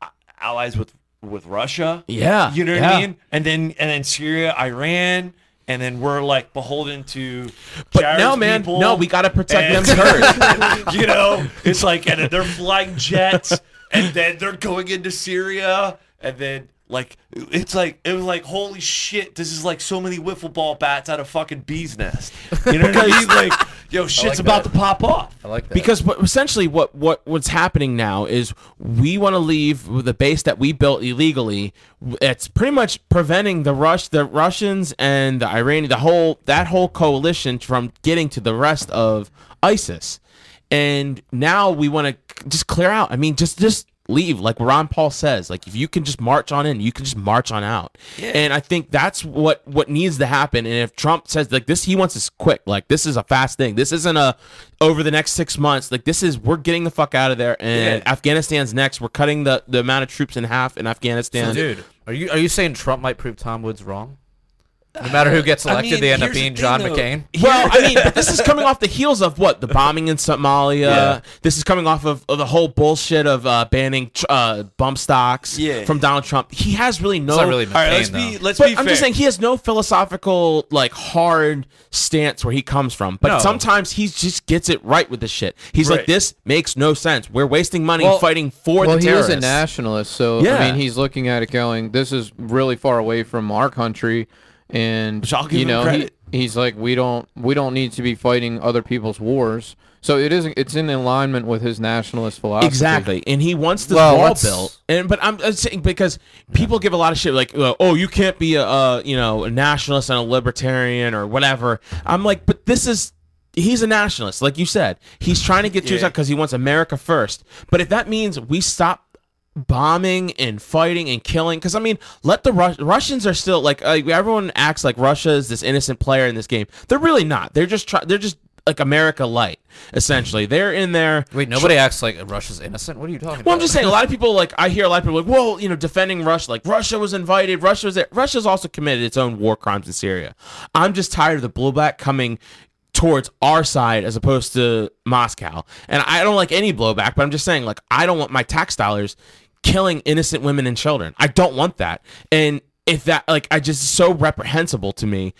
a- uh, allies with with Russia.
Yeah,
You know what
yeah.
I mean? And then and then Syria, Iran, and then we're like beholden to
But
Jared's
no, man,
people,
no, we gotta protect
and-
them Kurds.
*laughs* you know, it's like and then they're flying jets and then they're going into Syria and then like it's like it was like holy shit, this is like so many wiffle ball bats out of fucking bees nest. You know what I mean? Like yo, shit's about to pop off.
I like that.
because what, essentially what, what what's happening now is we want to leave with the base that we built illegally it's pretty much preventing the rush the russians and the iranian the whole that whole coalition from getting to the rest of isis and now we want to just clear out i mean just just leave like ron paul says like if you can just march on in you can just march on out and i think that's what what needs to happen and if trump says like this he wants this quick like this is a fast thing this isn't a over the next six months like this is we're getting the fuck out of there and afghanistan's next we're cutting the the amount of troops in half in afghanistan
So, dude, are you are you saying Trump might prove Tom Woods wrong? No matter who gets
I
elected,
mean,
they end up
here's the
being
thing,
John
though.
McCain.
Well, I mean, but this is coming off the heels of what the bombing in Somalia.
Yeah.
This is coming off of, of the whole bullshit of uh, banning tr- uh, bump stocks
Yeah.
from Donald Trump. He has really no.
It's not really McCain,
All right, let's
though.
be let's
but
be
I'm
fair.
just saying he has no philosophical like hard stance where he comes from. But
No.
sometimes he just gets it right with the shit. He's
Right.
like, this makes no sense. We're wasting money
Well-
fighting for
well,
the
he
terrorists.
is a nationalist, so I
Yeah.
mean, he's looking at it going, "This is really far away from our country," and
Which I'll give
you
him
know, he,
credit.
he's like, "We don't, we don't need to be fighting other people's wars." So it is, it's in alignment with his nationalist philosophy.
Exactly, and he wants this
Well,
wall
let's-
built. And but I'm, I'm saying because people give a lot of shit like, uh, oh, you can't be a uh, you know a nationalist and a libertarian or whatever. I'm like, but this is he's a nationalist, like you said. He's trying to get Jews
Yeah.
out because he wants America first. But if that means we stop bombing and fighting and killing because i mean let the Rus- russians are still like uh, everyone acts like russia is this innocent player in this game they're really not they're just try- they're just like america light essentially they're in there
Wait, nobody acts like Russia's innocent. What are you talking
well, I'm
about?
just saying, a lot of people like I hear a lot of people like, well, you know, defending Russia, like Russia was invited, Russia was there. Russia's also committed its own war crimes in Syria. I'm just tired of the blowback coming towards our side as opposed to Moscow, and I don't like any blowback. But I'm just saying, like, I don't want my tax dollars killing innocent women and children. I don't want that. And if that, like, I just so reprehensible to me.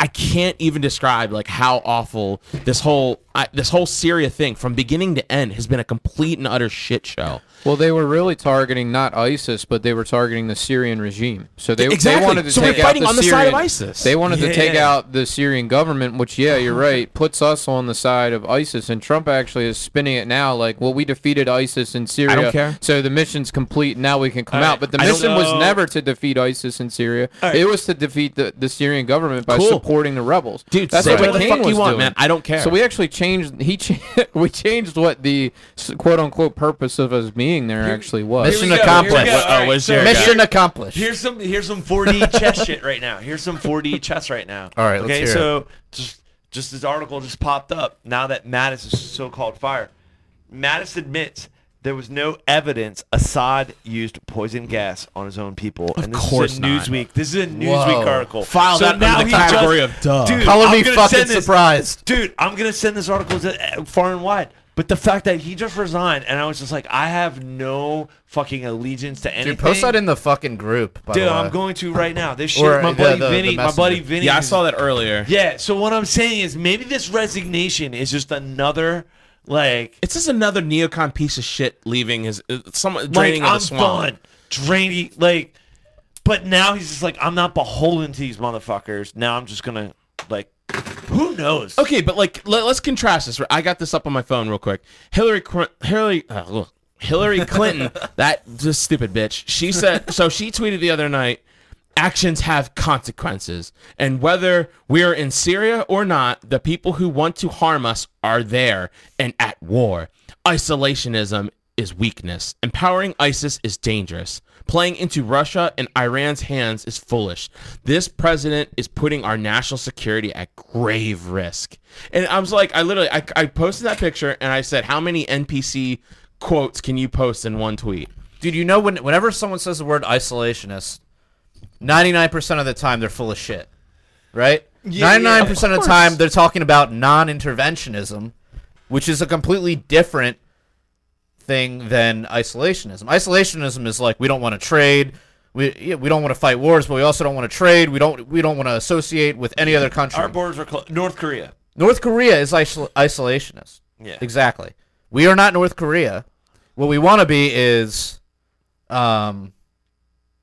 I can't even describe like how awful this whole I, this whole Syria thing from beginning to end has been a complete and utter shit show.
Well, they were really targeting not ISIS, but they were targeting the Syrian regime. So they,
Exactly.
they wanted to
So we're
take
fighting
out the
on the
Syrian,
side of ISIS. Uh-huh.
They wanted to take
Yeah.
out the Syrian government, which yeah, you're right, puts us on the side of ISIS. And Trump actually is spinning it now, like, well, we defeated ISIS in Syria,
care.
so the mission's complete. Now we can come
All right.
out. But the
I don't
mission was
know.
never to defeat ISIS in Syria.
right.
It was to defeat the, the Syrian government by
Cool.
supporting the rebels.
Dude,
that's
say
what,
what the
McCain
fuck you
was
want,
doing.
man. I don't care.
So we actually changed. He *laughs* cha- we changed what the quote unquote purpose of us being there actually was.
Mission
Here we go,
accomplished.
here we go. All
Oh, where's
so
Jared?
here-
Mission accomplished.
Here's some here's some 4D chess shit right now. Here's some 4D chess right now.
All right, let's
Okay,
hear it.
so just just this article just popped up. Now that Mattis is so-called fire, Mattis admits there was no evidence Assad used poison gas on his own people. Of and this
course
is a
not.
Newsweek. This is a Newsweek article.
File that under the
he
category of duh.
Dude,
Color
I'm
me
gonna
fucking
send this-
surprised.
dude, I'm gonna send this article to, uh, far and wide. But the fact that he just resigned, and I was just like, I have no fucking allegiance to anything.
Dude, post that in the fucking group. By
Dude,
the way.
I'm going to right now. *laughs* This shit,
Or
my
the-
buddy
the- the
Vinny, my
messenger.
buddy Vinny.
Yeah, I
is-
saw that earlier.
Yeah, so what I'm saying is maybe this resignation is just another like,
It's just another neocon piece of shit leaving his uh, someone
like
draining of
I'm
the swamp.
done, draining like. But now he's just like, I'm not beholden to these motherfuckers. Now I'm just gonna like, who knows?
Okay, but like let, us contrast this. I got this up on my phone real quick. Hillary, Cr- Hillary, uh, ugh.
*laughs*
Hillary Clinton. that just stupid bitch. She said so. She tweeted the other night. Actions have consequences, and whether we are in Syria or not, the people who want to harm us are there and at war. Isolationism is weakness. Empowering ISIS is dangerous. Playing into Russia and Iran's hands is foolish. This president is putting our national security at grave risk. And I was like, I literally, I, I posted that picture and I said, how many NPC quotes can you post in one tweet?
Dude, you know when whenever someone says the word isolationist, ninety nine percent of the time they're full of shit, right? Ninety nine percent of the time they're talking about non interventionism, which is a completely different thing than isolationism. Isolationism is like we don't want to trade. We, yeah, we don't want to fight wars, but we also don't want to trade. We don't we don't want to associate with any other country.
Our borders are closed. North Korea.
North Korea is isol- isolationist.
Yeah.
Exactly. We are not North Korea. What we want to be is um,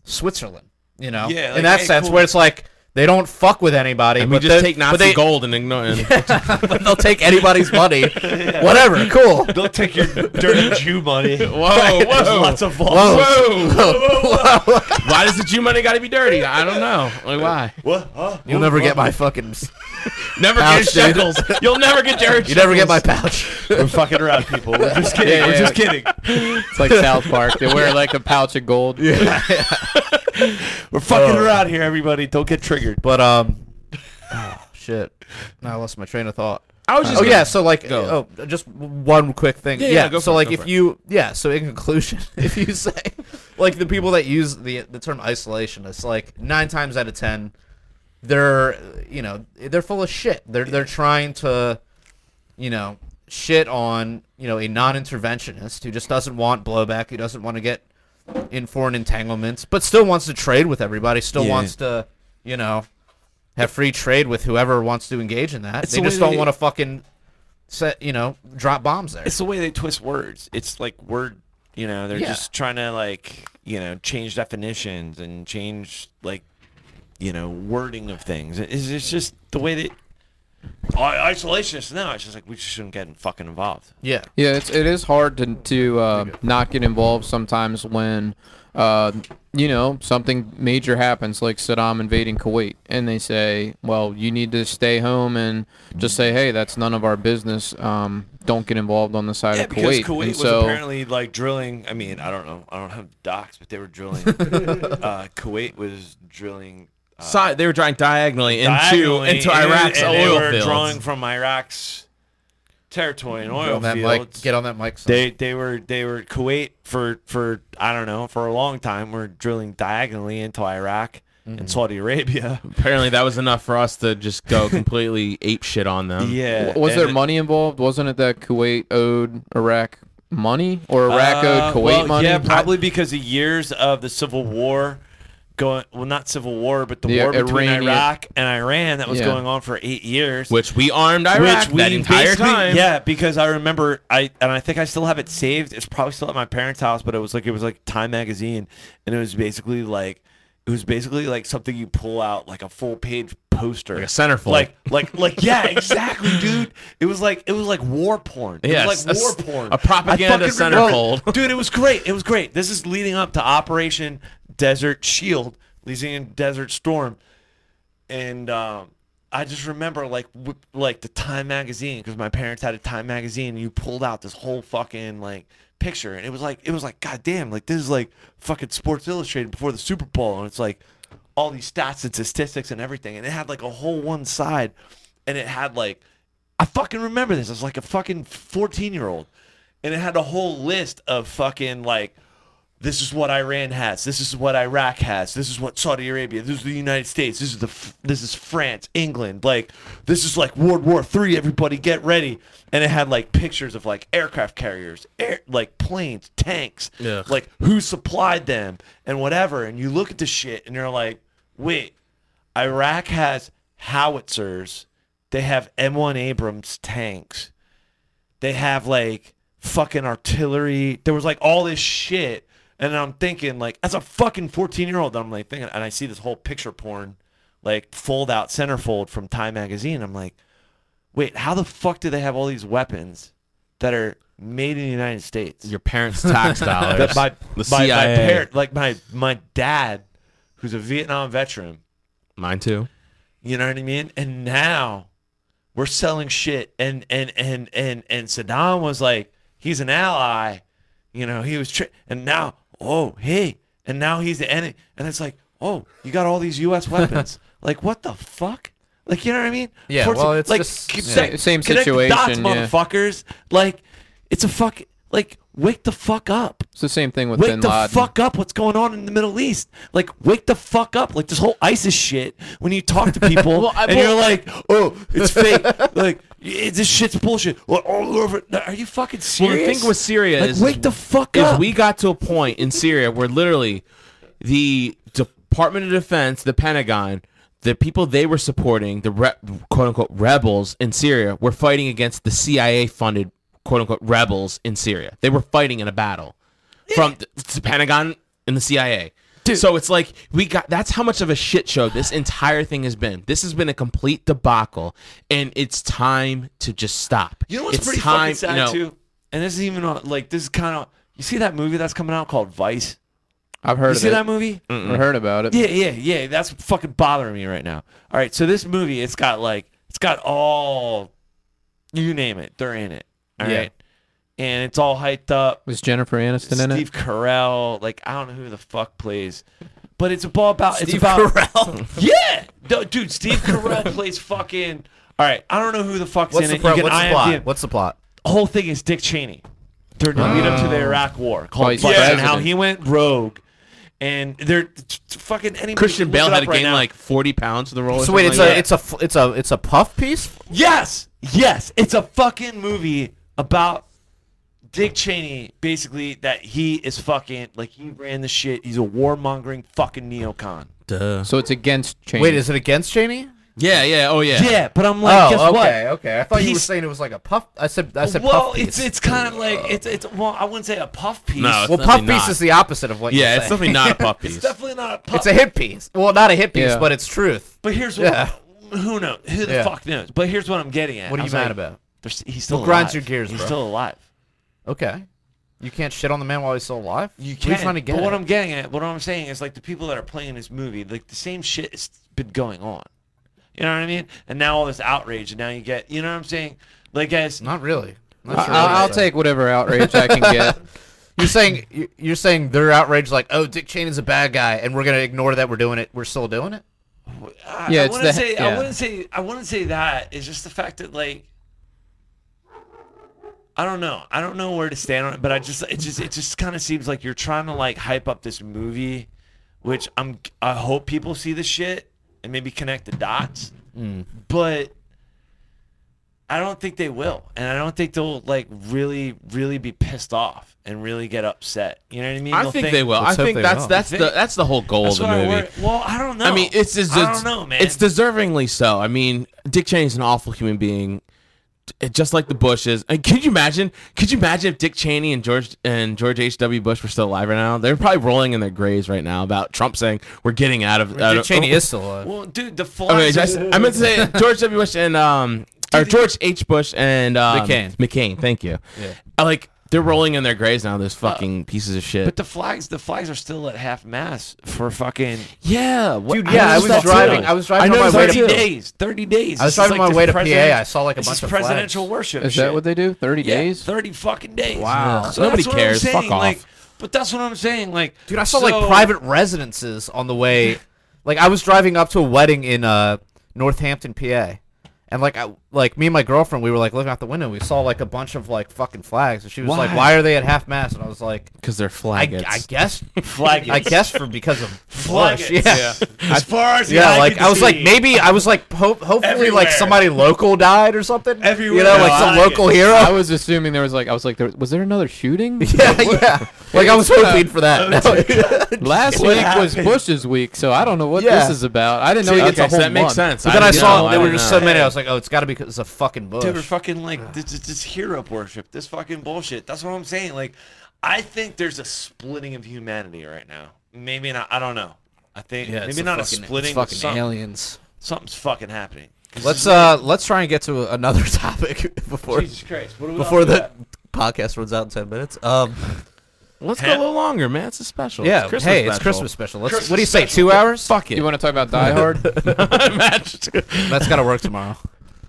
Switzerland, you know?
Yeah,
In
like,
that
hey,
sense,
cool.
where it's like they don't fuck with anybody.
And we
but
just
they-
take
but
Nazi
they,
gold and *laughs* ignore
*laughs*
it.
but they'll
*laughs*
take anybody's money. Whatever. Cool.
They'll take your *laughs* dirty Jew money.
Whoa, whoa,
Lots of laws.
Whoa. *laughs*
why does the Jew money got to be dirty? I don't know. Like why?
What? Huh?
You'll never get my fucking.
Never
Ouch,
get
dude. *laughs*
shekels. You'll never get dirty.
You never get my
shekels.
pouch.
We're fucking around, people. We're *laughs* just kidding.
Yeah,
We're
yeah,
just kidding.
It's like South Park. They
*laughs*
wear like a pouch of gold.
We're fucking around here, everybody. Don't get triggered.
But um, *laughs* oh, shit. Now I lost my train of thought.
I was just.
Oh
gonna-
yeah, so like,
Go.
oh, just one quick thing. Yeah,
Yeah, yeah, go for
so
it,
like,
go
if
for it.
you, yeah, so in conclusion, *laughs* if
*laughs*
you say, like, the people that use the the term isolation, it's like nine times out of ten, they're you know they're full of shit. They're they're trying to, you know, shit on you know a non-interventionist who just doesn't want blowback, who doesn't want to get in foreign entanglements, but still wants to trade with everybody, still
Yeah.
wants to, you know. Have free trade with whoever wants to engage in that.
It's
they
the
just
way
don't
they-
want to fucking set you know drop bombs there.
It's the way they twist words. It's like word, you know, they're
Yeah.
just trying to like, you know, change definitions and change like, you know, wording of things. It- It's, it's just the way that I- isolationists. No, it's just like we just shouldn't get fucking involved.
Yeah,
Yeah, it's, it is hard to to uh, not get involved sometimes when, uh, you know, something major happens like Saddam invading Kuwait, and they say, "Well, you need to stay home and just say, hey, that's none of our business. Um, don't get involved on the side
Yeah,
of
because
Kuwait."
Kuwait,
and
was
so,
apparently like drilling. I mean, I don't know. I don't have docs, but they were drilling. uh, Kuwait was drilling. Uh,
Si- they were drawing diagonally into
diagonally
into
in,
Iraq's
and
oil
they were
fields.
drawing from Iraq's territory and oil
on that mic.
fields.
Get on that mic. son.
They they were they were Kuwait for for I don't know for a long time. We're drilling diagonally into Iraq
Mm-hmm.
and Saudi
*laughs*
Arabia. *laughs*
Apparently, that was enough for us to just go *laughs* completely ape shit on them.
Yeah.
was
and
there
it-
money involved? Wasn't it that Kuwait owed Iraq money or Iraq
Uh,
owed Kuwait
well,
money?
Yeah, probably because of years of the civil war going. Well, not civil war, but the,
The
war between
Iranian-
Iraq and Iran that was
Yeah.
going on for eight years.
Which we armed Iraq
which we
that entire
basically-
time.
Yeah, because I remember I and I think I still have it saved. It's probably still at my parents' house, but it was like it was like Time magazine, and it was basically like it was basically like something you pull out like a full page poster,
Like a centerfold.
like like like yeah, exactly, dude. It was like it was like war porn. It
Yes,
was
a
like
s-
war porn.
a propaganda
I fucking remember-
centerfold.
dude. It was great. It was great. This is leading up to Operation Desert Shield, leading in Desert Storm and um, I just remember like w- like the Time magazine because my parents had a Time magazine. and You pulled out this whole fucking like picture, and it was like it was like goddamn, like this is like fucking Sports Illustrated before the Super Bowl, and it's like all these stats and statistics and everything, and it had like a whole one side, and it had like I fucking remember this. I was like a fucking fourteen year old, and it had a whole list of fucking like this is what Iran has. This is what Iraq has. This is what Saudi Arabia. This is the United States. This is the this is France, England. Like this is like World War Three. Everybody get ready. And it had like pictures of like aircraft carriers, air, like planes, tanks,
Ugh.
like who supplied them and whatever. And you look at the shit and you're like, wait, Iraq has howitzers. They have M1 Abrams tanks they have like fucking artillery. There was like all this shit. And I'm thinking, like, as a fucking 14 year old, I'm like thinking, and I see this whole picture porn, like fold out centerfold from Time Magazine. I'm like, wait, how the fuck do they have all these weapons that are made in the United States?
Your
*laughs*
parents' tax dollars.
that my,
the
my, my
CIA.
parent, like my, my dad, who's a Vietnam veteran,
Mine too.
you know what I mean? And now we're selling shit. And and and and and Saddam was like, he's an ally. You know, he was. Tri- and now, oh hey, and now he's the enemy. And it's like, oh, you got all these U.S. weapons. like what the fuck? Like you know what I mean?
Yeah,
Fortune-
well, it's
like,
just-
connect-
yeah. Same
connect the
situation, yeah.
dots, motherfuckers. Like it's a fuck. Like wake the fuck up.
It's the same thing with
Wake
Bin
the
Laden.
fuck up! What's going on in the Middle East? Like, wake the fuck up!
*laughs*
Like this whole ISIS shit. When you talk to people and you're like, "Oh, it's fake," like "Yeah, this shit's bullshit. Well, all over. Are you fucking
Well,
serious?
the thing with Syria
like,
is
wake the fuck
is
up.
we got to a point in Syria where literally the Department of Defense, the Pentagon, the people they were supporting, the re- quote unquote rebels in Syria, were fighting against the CIA funded quote unquote rebels in Syria. They were fighting in a battle from the, the Pentagon and the CIA. So it's like we got that's how much of a shit show this entire thing has been. This has been a complete debacle and it's time to just stop.
You know what's
it's
pretty fucking
time-
sad
no.
too? And this is even on, like this is kind of you see that movie that's coming out called Vice.
I've heard
You
of
see
it.
that movie?
I heard about it.
Yeah, yeah, yeah. That's fucking bothering me right now. All right, so this movie, it's got like it's got all you name it, they're in it. All right,
Yeah.
and it's all hyped up.
Was Jennifer Aniston in it?
Steve Carell, like I don't know who the fuck plays, but it's all about it's
Steve
about
Carell.
yeah, no, dude. Steve
*laughs*
Carell plays fucking. All right, I don't know who the fuck's
What's
in
the,
it.
pro-
you can
what's the
IMDb.
plot? What's the plot?
the whole thing is Dick Cheney during the lead up to the Iraq War
Oh,
called
he's
Vice and
president.
how he went rogue. And they're t- t- fucking anybody.
Christian
look
Bale
it
had to
up right
gain
now.
like 40 pounds for the role. or
So wait,
something
it's
like
a
that.
it's a f- it's a it's a puff piece.
yes, yes, it's a fucking movie about Dick Cheney. Basically, that he is fucking like he ran the shit. He's a warmongering fucking neocon.
So it's against change.
Wait, is it against Cheney?
Yeah, yeah, oh yeah.
Yeah, but I'm like, guess what?
okay, okay. I thought you were
He's-
saying it was like a puff. I said I said
well,
puff piece.
it's it's kind of like it's it's well, I wouldn't say a puff piece.
No,
well,
it's
puff
definitely
piece
not.
is the opposite of what.
Yeah,
you're
it's
saying.
definitely not a puff piece.
it's definitely not a puff.
It's a hit piece. Well, not a hit piece,
Yeah.
but it's truth.
But here's what.
Yeah.
Who knows? Who the
Yeah.
fuck knows? But here's what I'm getting at.
What are
I
you
was
mad
like,
about?
there's- He's still
What grinds
alive.
your gears,
He's
bro?
still alive.
Okay, you can't shit on the man while he's still alive.
You
What are you
can't.
trying to get
but what
at?
I'm getting at, what I'm saying is, like the people that are playing this movie, like the same shit has been going on. You know what I mean? And now all this outrage, and now you get, you know what I'm saying? Like guys,
Not really. Not
I-
sure what
I'll, I'll
you're saying.
take whatever outrage I
*laughs*
can get.
You're saying you- you're saying they're outraged, like, oh, Dick Cheney's a bad guy, and we're gonna ignore that we're doing it. We're still doing it.
I,
Yeah,
I
it's
wouldn't
the-
say I
yeah.
wouldn't say I wouldn't say that. It's just the fact that like I don't know. I don't know where to stand on it, but I just it just it just kind of seems like you're trying to like hype up this movie, which I'm I hope people see the shit and maybe connect the dots,
Mm.
but I don't think they will, and I don't think they'll like really really be pissed off and really get upset. You know what I mean?
I
They'll
think, they will. I
Let's hope
think
they
that's
will.
that's
You
the
think?
that's the whole goal
That's
of the
what I
movie.
wor- well, I don't know.
I mean, it's just
I don't know, man.
It's deservingly so. I mean, Dick Cheney's an awful human being, t- just like the Bushes. And could you imagine? Could you imagine if Dick Cheney and George and George H. W. Bush were still alive right now? They're probably rolling in their graves right now about Trump saying we're getting out of. out
Dick
of-
Cheney is still alive.
Well, dude, the
Oh,
flies.
wait, I, s- I meant
*laughs*
to say George W. Bush and um or George H. Bush and um,
McCain.
McCain, thank you. Yeah. I like they're rolling in their graves now. Those
Uh,
fucking pieces of shit.
But the flags, the flags are still at half mass for fucking
yeah, what,
Dude, yeah, I
noticed
was
that too.
driving- I was driving
I
on my
noticed
way
that
to-
too.
30 days. 30 days.
I
This
was
is
driving
like
my
the
way to
president-
PA. I saw like a
this
bunch
is
of
presidential
flags.
worship.
Is that
shit.
what they do? Thirty
Yeah,
days.
30 fucking days.
Wow.
So
Nobody
that's what I'm
cares. Fuck
saying,
off.
like- but that's what I'm saying. Like,
*laughs* Dude, I saw
so-
like private residences on
*laughs*
the way. Like I was driving up to a wedding in uh Northampton, PA. And like I like me and my girlfriend, we were like looking out the window. We saw like a bunch of like fucking flags, and she was like,
Why?
"Why are they at half mast?" And I was like,
because they're
"I,
flagged.
I guess,
*laughs* Flaggets.
I guess for because of Bush,
Flaggets.
*laughs* yeah, yeah."
As far as the eye
like
can
I was like
see.
maybe I was like ho- hopefully like
Everywhere.
somebody local died or something. you
Everywhere
know, like some
flaggets.
local *laughs* hero.
I was assuming there was like I was like there was there
*laughs*
another shooting?
yeah, yeah. Like I was hoping for that.
Oh,
*laughs*
Last week was Bush's week, so I don't know what
Yeah.
this is about. I didn't know
Okay,
you get
so
the whole
that makes
month.
sense.
But then I,
didn't know,
saw
I
there were
didn't
just
know.
so many. I was like, oh, it's got to be because it's a fucking bush.
Dude, we're fucking like this, this, this hero worship, this fucking bullshit. That's what I'm saying. Like, I think there's a splitting of humanity right now. Maybe not. I don't know. I think
Yeah, it's
maybe
a
not
fucking-
a
it's
splitting. but
fucking
something,
aliens.
something's fucking happening.
Let's uh, let's try and get to another *laughs* topic before
Jesus Christ! What do we
before
all do *laughs*
the podcast runs out in ten minutes. Um,
Let's go a little longer, man. It's a special.
yeah,
it's Christmas
hey, it's
special.
Christmas special. Let's,
Christmas
what do you say?
special.
Two hours?
Fuck
You
it.
want to talk about
*laughs*
Die Hard?
Match.
That's gotta work tomorrow.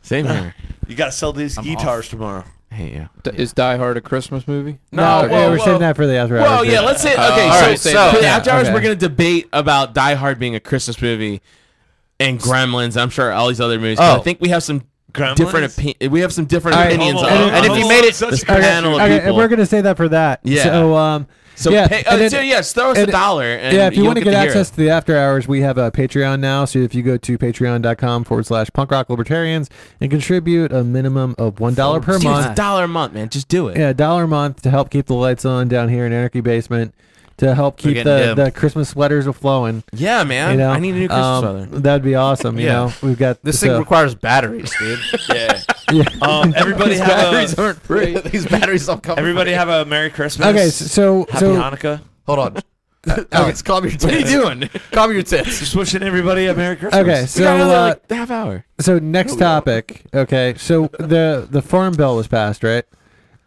Same here.
You gotta sell these guitars
*laughs*
tomorrow.
Hey, yeah.
D- is Die Hard a Christmas movie?
No,
No,
yeah,
whoa,
we're
whoa.
saving that for the after hours.
Well,
dude.
yeah, let's hit. Okay,
Uh,
so,
alright,
so,
save that.
for the
Yeah,
after hours,
okay.
we're going to debate about Die Hard being a Christmas movie and Gremlins. I'm sure all these other movies. 'cause
Oh.
I think we have some
Gremlins?
different opinion. We have some different
All right,
opinions.
hold
on
on,
it.
hold
and if
on.
you made it,
Such
this
a
Okay,
panel of
okay,
people.
and we're gonna say that for that.
Yeah.
So um,
so
yeah,
pay, uh,
and then-
so yes, throw us
and-
a dollar. And
yeah, if you
you'll
want to get,
hear
access
it.
to the after hours, we have a Patreon now. So if you go to patreon.com forward slash punk rock libertarians and contribute a minimum of $1 per
Dude, it's a
month,
dollar a month, man. Just do it.
yeah, a dollar a month to help keep the lights on down here in Anarchy Basement, to help keep
getting
the,
dimmed.
the Christmas sweaters a flowing.
Yeah, man.
You know,
I need a new Christmas
um,
sweater.
That'd be awesome. You
Yeah.
know, we've got
*laughs* This thing
so- *laughs*
requires batteries, dude. *laughs*
Yeah.
Yeah.
Um, everybody have
*laughs*
a,
aren't free.
*laughs* These batteries don't come.
everybody have a Merry Christmas.
okay, s- so
Happy
so
Hanukkah.
Hold on. Uh, Alex, calm your tits. What are you doing? Calm your tits.
Just wishing everybody a Merry Christmas.
okay,
we
so
got another
uh,
like, half hour.
so next topic. Okay, so the the farm bill was passed, right?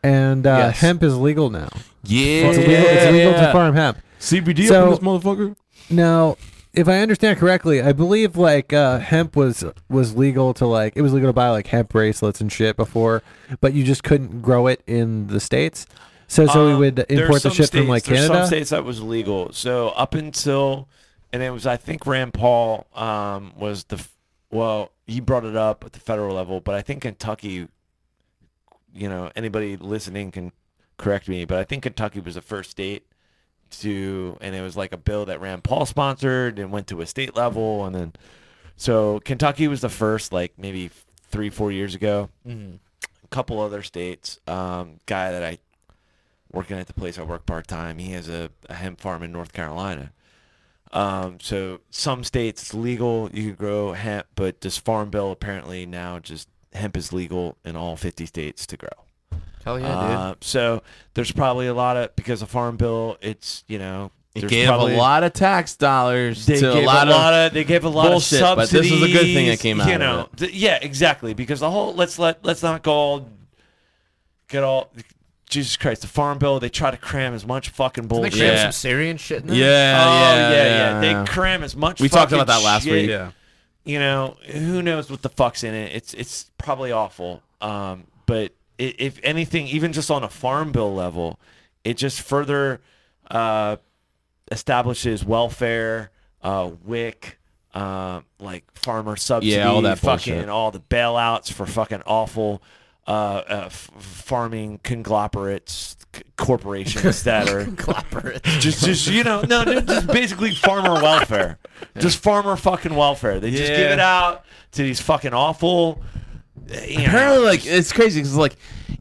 And uh,
Yes.
hemp is legal now.
Yeah,
It's legal, it's legal to farm hemp.
CBD
So-
up in this motherfucker.
Now, if I understand correctly, I believe like uh, hemp was was legal to like it was legal to buy like hemp bracelets and shit before, but you just couldn't grow it in the states. So so we
Um,
would
there's
import the
some
shit from
states-
like
there's Some
Canada.
states that was legal. So up until, and it was I think Rand Paul um, was the f- well he brought it up at the federal level, but I think Kentucky, you know, anybody listening can correct me, but I think Kentucky was the first state to, and it was like a bill that Rand Paul sponsored and went to a state level, and then so Kentucky was the first like maybe three four years ago
Mm-hmm.
a couple other states. Um, guy that I working at the place I work part time. He has a, a hemp farm in North Carolina. Um, so some states it's legal you can grow hemp, but this farm bill apparently now just hemp is legal in all 50 states to grow.
Hell yeah, dude.
Uh, so there's probably a lot of because the farm bill it's you know
It
there's
gave
probably-
a lot of tax dollars
they
to
gave
a lot, of.
they gave a lot
bullshit,
of
but this
subsidies.
is a good thing that came out
You
of
know, th- yeah, exactly. Because the whole let's let let's not go all get all Jesus Christ. The farm bill they try to cram as much fucking
Didn't they
bullshit.
cram
Yeah.
some Syrian shit in
Yeah,
there?
Oh yeah,
yeah,
yeah.
yeah.
They cram as much.
We talked about
fucking
that last
shit,
week.
You know, who knows what the fuck's in it? It's it's probably awful. Um, but i if anything, even just on a farm bill level, it just further uh, establishes welfare, uh, WIC, uh, like farmer subsidy,
Yeah, all that
fucking
bullshit.
all the bailouts for fucking awful uh, uh, f- farming conglomerates, c- corporations that are just just you know no they're just basically farmer welfare, just farmer fucking welfare. They just give
Yeah.
it out to these fucking awful. uh, You know,
Apparently, like it's crazy because like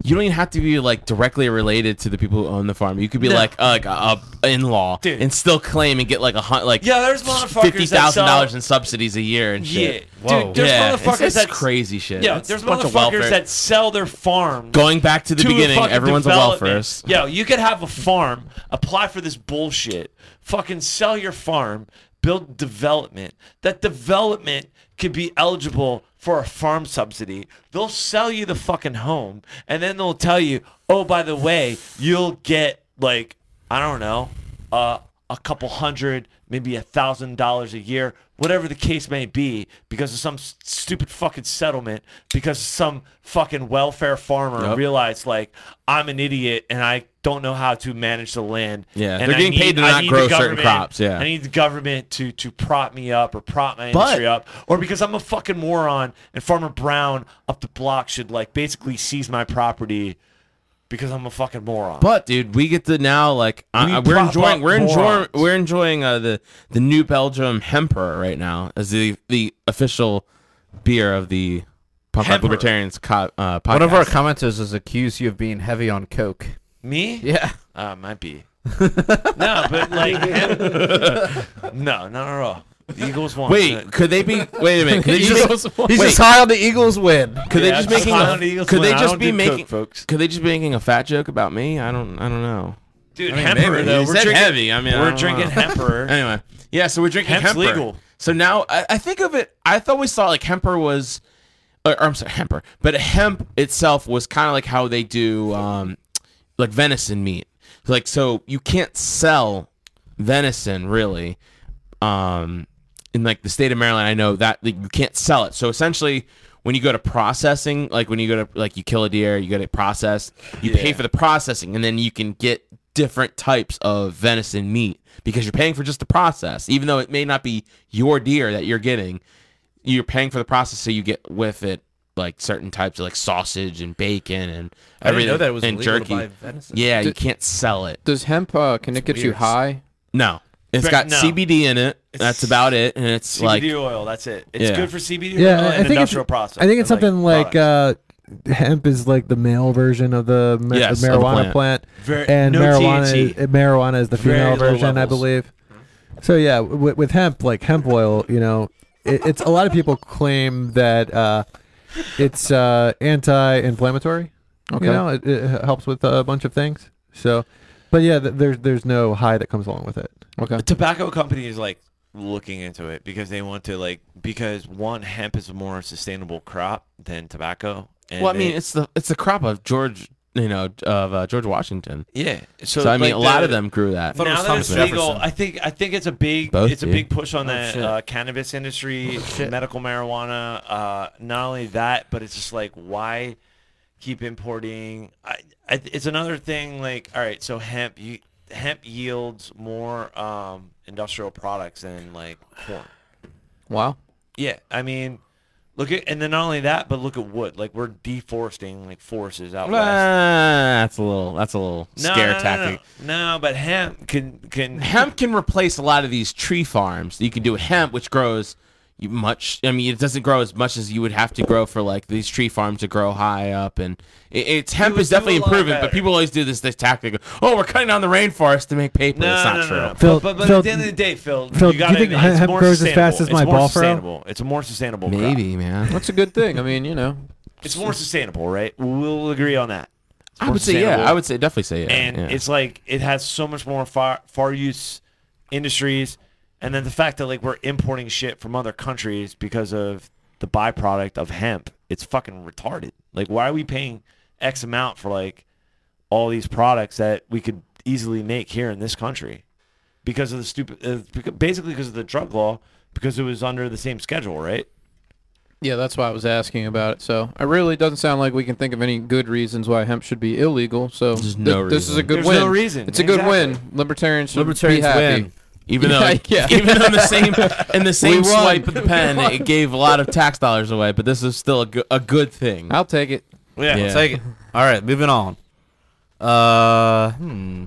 you don't even have to be like directly related to the people who own the farm. You could be
No.
like a, like a, a in-law
Dude.
and still claim and get like a hun- like
Yeah, there's motherfuckers
fifty thousand
that
dollars
sell-
in subsidies a year and
yeah,
shit.
dude, there's
yeah, it's-
motherfuckers
it's
that
crazy shit.
Yeah,
It's
there's
a bunch of
motherfuckers
welfare.
that sell their farm.
going back to the
to
beginning.
fucking
Everyone's a
development.
welfarist.
Yo, you could have a farm, apply for this bullshit, fucking sell your farm, build development. That development could be eligible for a farm subsidy. They'll sell you the fucking home, and then they'll tell you, oh, by the way, you'll get like, I don't know, uh, a couple hundred, maybe a thousand dollars a year, whatever the case may be, because of some s- stupid fucking settlement, because some fucking welfare farmer
Yep.
realized like I'm an idiot and I don't know how to manage the land.
Yeah,
and
they're
I
getting
need-
paid to
I
not
need
grow
the
certain
government-
crops, yeah.
I need the government to to prop me up or prop my
But-
industry up, or because I'm a fucking moron and Farmer Brown up the block should like basically seize my property because I'm a fucking moron.
But dude, we get to now like
We
uh, we're
prop
enjoying
up
we're enjoying
morons.
we're enjoying uh, the the New Belgium Hemper right now as the the official beer of the Punk Rock
Hemper.
Libertarians co- uh, podcast.
One of our commenters has accused you of being heavy on coke.
me,
Yeah.
Uh, might
*laughs*
be. no, but like, him- no, not at all. The Eagles won. Uh,
Wait, could they be? Wait a minute. Could they just,
*laughs* He's
Wait.
just high on the Eagles win.
could
Yeah,
they just
that's
making?
fine on the
A,
Eagles
could
win.
they
I
just
don't
be
do
making?
coke, folks.
Could they just be making a fat joke about me? I don't. I don't know.
dude,
I mean,
Hemper
maybe.
though.
You
We're
said
drinking,
heavy. I mean, I
we're
don't
drinking *laughs*
know.
Hemper.
Anyway, yeah. So we're drinking
Hemp's
Hemper.
legal.
So now I, I think of it. I thought we saw like Hemper was, uh, or, or I'm sorry, Hemper, but hemp itself was kind of like how they do, um, like venison meat. Like so, you can't sell venison really. Um, in like the state of Maryland, I know that like, you can't sell it. So essentially. When you go to processing, like when you go to like you kill a deer, you get it processed, you pay for the processing, and then you can get different types of venison meat because you're paying for just the process, even though it may not be your deer that you're getting. You're paying for the process, so you get with it like certain types of like sausage and bacon and
I didn't
everything
know that it was
and
illegal
jerky.
to buy venison.
Yeah, you
Did-
can't sell it.
Does hemp uh, can it get you
weird.
high?
No, it's
Bre-
got
no.
CBD in it. That's about it, and it's
CBD
like
oil. That's it. It's
Yeah.
good for CBD oil
Yeah, I- I
and
think it's-
industrial process.
I think it's
and,
something like,
products.
uh, hemp is like the male version of the ma-
Yes, of the
marijuana
plant.
plant.
Very-
and
no
marijuana
THC.
is, marijuana is the
Very
female
low
version, I
levels.
believe. So yeah, with, with hemp, like hemp oil, you know, it, it's a lot of people claim that uh, it's uh, anti-inflammatory.
Okay.
You know, it, it helps with a bunch of things. So, but yeah, th- there's there's no high that comes along with it.
Okay.
The tobacco company is like looking into it because they want to like because one hemp is a more sustainable crop than tobacco. And
well, I mean,
they-
it's the it's the crop of George, you know, of uh, George Washington.
yeah.
So,
So,
I mean,
like,
a lot
the-
of them grew that.
it
now
was
that it's
Thomas
legal,
Jefferson.
I think I think it's a big
Both,
it's a
dude.
big push on
Oh,
the
shit.
uh, cannabis industry, medical marijuana. Uh, not only that, but it's just like why keep importing? I, I, it's another thing. Like all right, so hemp you, hemp yields more um, industrial products than like corn.
Wow.
Yeah, I mean, look at and then not only that, but look at wood. Like we're deforesting like forests out west.
Ah, that's a little that's a little
No,
scare
no, no,
tactic.
No, no, but hemp can can
Hemp can replace a lot of these tree farms. You can do hemp, which grows you much. I mean, it doesn't grow as much as you would have to grow for like these tree farms to grow high up. And it, it's hemp
would
is definitely
do a lot
improving, but
better.
people always do this this tactic. Of, oh, we're cutting down the rainforest to make paper.
No,
that's not
no, no,
true.
no.
Phil-
but, but, but
Phil-
at the end of the day, Phil,
Phil, do
you
you
gotta,
think
it's
hemp
more
grows as fast
sustainable.
as my
it's more
ball furrow?
Sustainable. It's a more sustainable. crop.
Maybe, man.
That's a good thing. I mean, you know.
It's more sustainable, right? We'll agree on that. It's
I
more
would say yeah.
sustainable.
I would say definitely say yeah.
and
yeah.
it's like it has so much more far far use industries, and then the fact that like we're importing shit from other countries because of the byproduct of hemp, it's fucking retarded. Like, why are we paying X amount for like all these products that we could easily make here in this country because of the stupid, uh, beca- basically because of the drug law, because it was under the same schedule, right?
Yeah, that's why I was asking about it. So it really doesn't sound like we can think of any good reasons why hemp should be illegal. So
There's no
this is a
reason.
good
There's
win.
no reason.
It's a good win. Libertarians should
Libertarians
be happy.
win.
even though,
Yeah, yeah.
even on the same in the same
won.
swipe of the pen, it gave a lot of tax dollars away. But this is still a, go- a good thing.
I'll take it.
Yeah.
Yeah.
Take it. All right, moving on. Uh, hmm.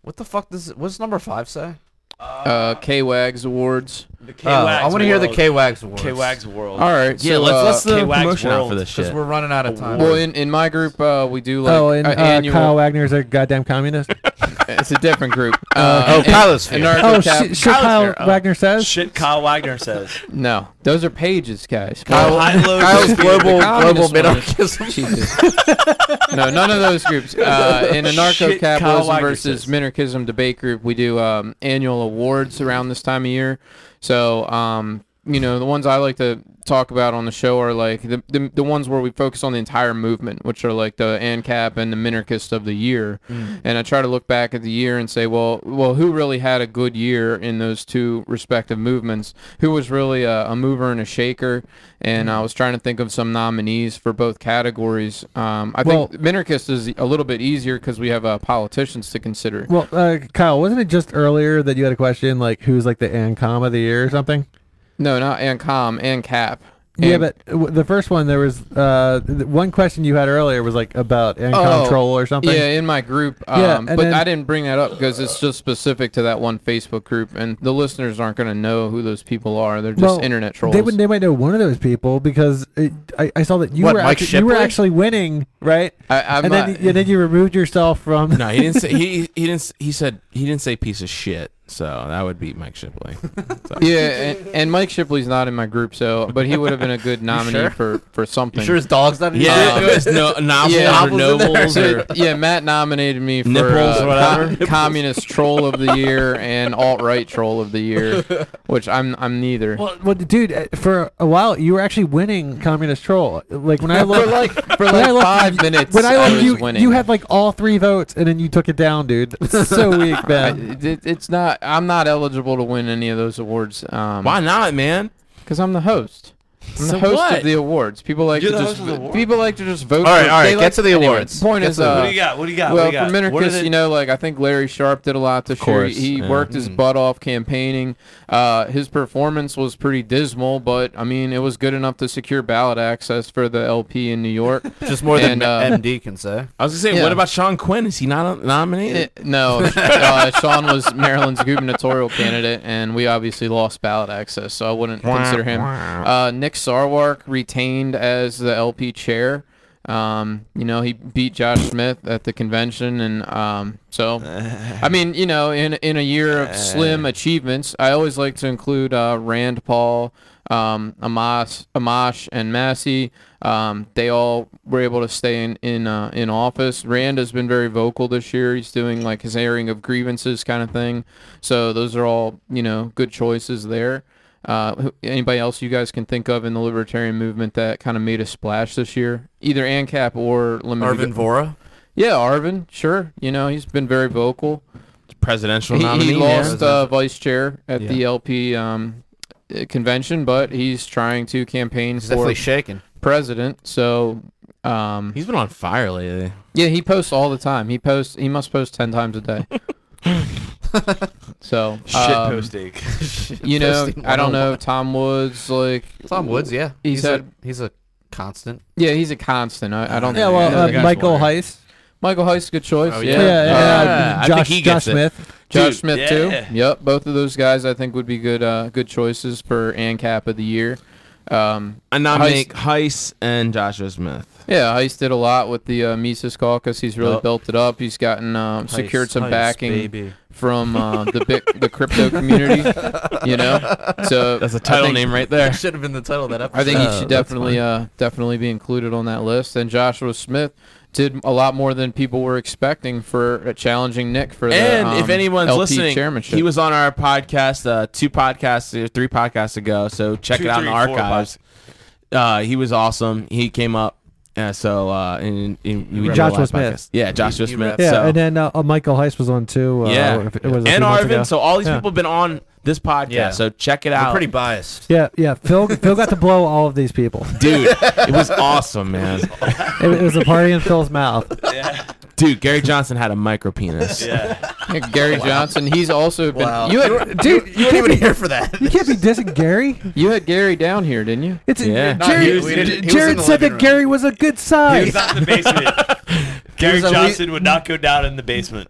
What the fuck does what's number five say?
Uh, K Wags Awards.
The K
Oh, I want to hear the K Wags awards.
K Wags world.
All right.
yeah,
so,
let's
uh,
let's the
K-Wax
promotion out for
World,
this
because
shit.
we're running out of time.
Well, in, in my group, uh, we do like
oh, and
a
uh,
annual.
Kyle Wagner's a goddamn communist.
It's a different
*laughs*
group. Uh,
oh,
and-
Kyle's
and
here.
Anarcho
oh,
Cap-
shit, shit Kyle Wagner says.
Shit, Kyle Wagner says.
Uh, No, those are pages, guys.
High, low,
Kyle's
disappear.
global global
communist one.
minarchism.
Jesus. *laughs* no, none of those groups. Uh, in anarcho
Shit, Kyle
capitalism
Wagner
versus
says.
minarchism debate group, we do um, annual awards around this time of year. So, um, you know, the ones I like to talk about on the show are like the, the, the ones where we focus on the entire movement, which are like the ANCAP and the minarchist of the year. And I try to look back at the year and say, well, well, who really had a good year in those two respective movements? Who was really a, a mover and a shaker? And I was trying to think of some nominees for both categories. Um, I
Well-
think minarchist is a little bit easier because we have uh, politicians to consider.
Well, uh, Kyle, wasn't it just earlier that you had a question like who's like the ANCOM of the year or something?
No, not ANCOM, ANCAP.
yeah,
And-
but w- the first one there was uh, th- one question you had earlier was like about ANCOM
Oh,
troll or something.
Yeah, in my group. Um,
Yeah, and
but
then-
I didn't bring that up because it's just specific to that one Facebook group, and the listeners aren't going to know who those people are. They're just
Well,
internet trolls.
They would. They might know one of those people because it, I, I saw that you
What,
were
Mike
actually, you were
Shipley?
actually winning, right?
I, I'm
and
not,
then and then you removed yourself from. *laughs*
*laughs* No, he didn't say he he didn't s- he said he didn't say piece of shit. So that would be Mike Shipley.
yeah, and, and Mike Shipley's not in my group, so but he would have been a good nominee
sure?
for for something.
You sure his dog's not in
*laughs*
your
Yeah, *laughs*
group?
it was no novel
Yeah.
or nobles
So, *laughs*
or
yeah, Matt nominated me for
Nipples
uh,
or whatever.
co- communist troll of the year and alt right troll of the year, which I'm I'm neither.
Well, well, dude, uh, for a while you were actually winning communist troll. Like when I
for
looked
like for
when I
like
looked-
five minutes,
when I
I
looked
was
you
winning.
you had like all three votes and then you took it down, dude. so weak,
I-
man.
it, it's not. I'm not eligible to win any of those awards. Um,
why not, man?
Because I'm the host. I'm the
So
host
what?
of the awards. People like
You're
to
the
just
host of the awards?
people like to just vote.
All right,
for-
all
they
right, get
like-
to the
anyway,
awards.
Point
Get
is,
to the-
uh,
what do you got? What do you got? what
well,
do you
for
got? What are
Minarchus,
the-
you know, like I think Larry Sharp did a lot this year.
course,
He
yeah.
worked
Mm.
his butt off campaigning. Uh, his performance was pretty dismal, but I mean, it was good enough to secure ballot access for the LP in
*laughs*
New York.
Just more than
And, uh,
MD can say.
I was gonna say,
Yeah.
what about Sean Quinn? Is he not nominated?
Eh, no, *laughs* uh, Sean was Maryland's gubernatorial candidate, and we obviously lost ballot access, so I wouldn't consider him. Uh, Nick Sarwark retained as the LP chair. Um, you know, he beat Josh Smith at the convention, and um, so I mean, you know, in in a year of slim achievements, I always like to include uh, Rand Paul, um, Amash, Amash, and Massey. Um, they all were able to stay in in, uh, in office. Rand has been very vocal this year. He's doing like his airing of grievances kind of thing. So those are all you know good choices there. Uh, who- anybody else you guys can think of in the libertarian movement that kind of made a splash this year? Either ANCAP or limited.
Arvin Vora.
Yeah, Arvin. Sure. You know he's been very vocal.
Presidential
He,
nominee.
he
yeah.
lost uh, vice chair at the LP um, uh, convention, but he's trying to campaign
He's
for
definitely shaking.
president. So, um,
He's been on fire lately.
yeah, he posts all the time. He posts. He must post ten times
*laughs*
a day. so
Shit
um,
post ache.
*laughs*
You know,
Posting
I don't know.
101.
Tom Woods, like
Tom Woods, yeah.
He
He's
said-
a he's a constant.
yeah, he's a constant. I, I don't.
Yeah,
I know
well,
the
uh,
guy's
Michael
wondering.
Heist.
Michael Heist, good choice.
Oh,
yeah,
Yeah, yeah,
Uh,
Yeah, I
Josh,
think he
Josh
gets it.
Smith.
Josh
Dude,
Smith
yeah.
too. Yep, both of those guys I think would be good uh, good choices for ANCAP of the year. Um,
Uh, I nominate Heist and Joshua Smith.
yeah, Heist did a lot with the uh, Mises Caucus. He's really
Yup.
built it up. He's gotten um, secured
Oh,
some backing
Baby.
from uh, the big, the crypto community.
*laughs*
you know, so
That's a
I
title
think-
name right there.
Should have been the title of that episode.
I think
Oh,
he should
that's
definitely uh, definitely be included on that list. And Joshua Smith did a lot more than people were expecting for uh, challenging Nick for the
and
um,
if anyone's
LP
listening,
chairmanship.
he was on our podcast uh, two podcasts, uh, three podcasts ago. So check
Two,
it out in
three,
the
four
archives. Uh, he was awesome. He came up. Uh, so uh, in, in, we did a
Joshua
live
Smith.
podcast. Yeah, Joshua
you
Smith.
rep-
Yeah,
so.
and then uh, uh, Michael Heist was on too. Uh,
yeah,
if it was a
and
few months ago.
Arvin. So all these
Yeah.
people have been on this podcast.
Yeah.
So check it
We're
out,
pretty biased.
Yeah, yeah. Phil, Phil got to blow all of these people.
*laughs* dude. it was awesome, man.
It, it was a party in Phil's mouth.
Dude, Gary Johnson had a micro penis.
Yeah.
Yeah, *laughs* Gary Johnson, he's also been.
Wow.
You had
Dude,
You weren't even here for that.
You can't be dissing Gary.
you had Gary down here, didn't you?
It's
Yeah. No,
he
Jared,
was- we didn't- he was in
Jared
the
said
living
that
room.
Gary was a good
*laughs* He was
size.
not in the *laughs* basement. Gary
was a le-
Johnson would not go down in the basement.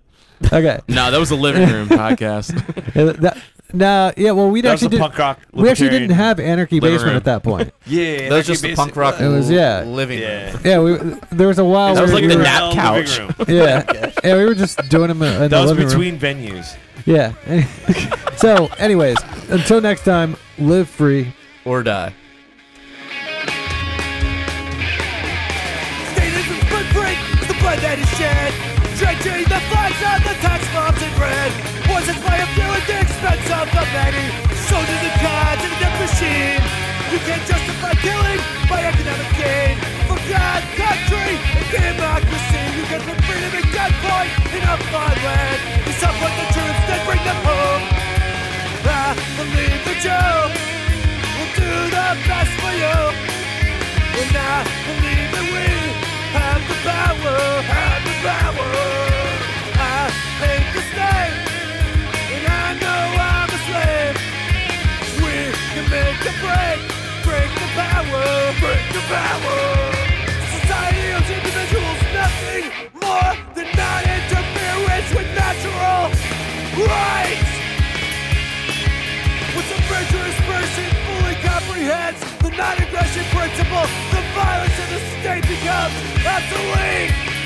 okay.
No, that was a living room podcast.
Uh, that- no, yeah. Well, we
That was
actually did.
the punk rock.
We actually
libertarian-
didn't have Anarchy
living
Basement
room.
at that
*laughs*
point.
Yeah, yeah.
That was just the punk rock.
It was- yeah.
Living.
Yeah.
room.
Yeah, we, there was a while.
That
where
was like
we
the
were,
nap couch.
Living room.
*laughs* Yeah, yeah. We were just doing them in, in
That
the
was
living room.
between venues.
Yeah. *laughs* so, anyways, until next time, live free.
Or die.
Statism's footprint is the blood that is shed. Drenching the flags on the tax bombs in red. Poisoned by a few at the expense of the many. Soldiers and cards in a death machine. You can't justify killing by economic gain. For God, country, and democracy. You get the freedom at gunpoint in a foreign land. You support the troops, then bring them home. I believe the Joe will do the best for you. And I believe that we have the power, have the power. I hate the slave, and I know I'm a slave. We can make a break, break the power, break the power. Society of individuals, nothing more than non-interference with natural rights. Once a virtuous person fully comprehends the non-aggression principle, the violence of the state becomes obsolete.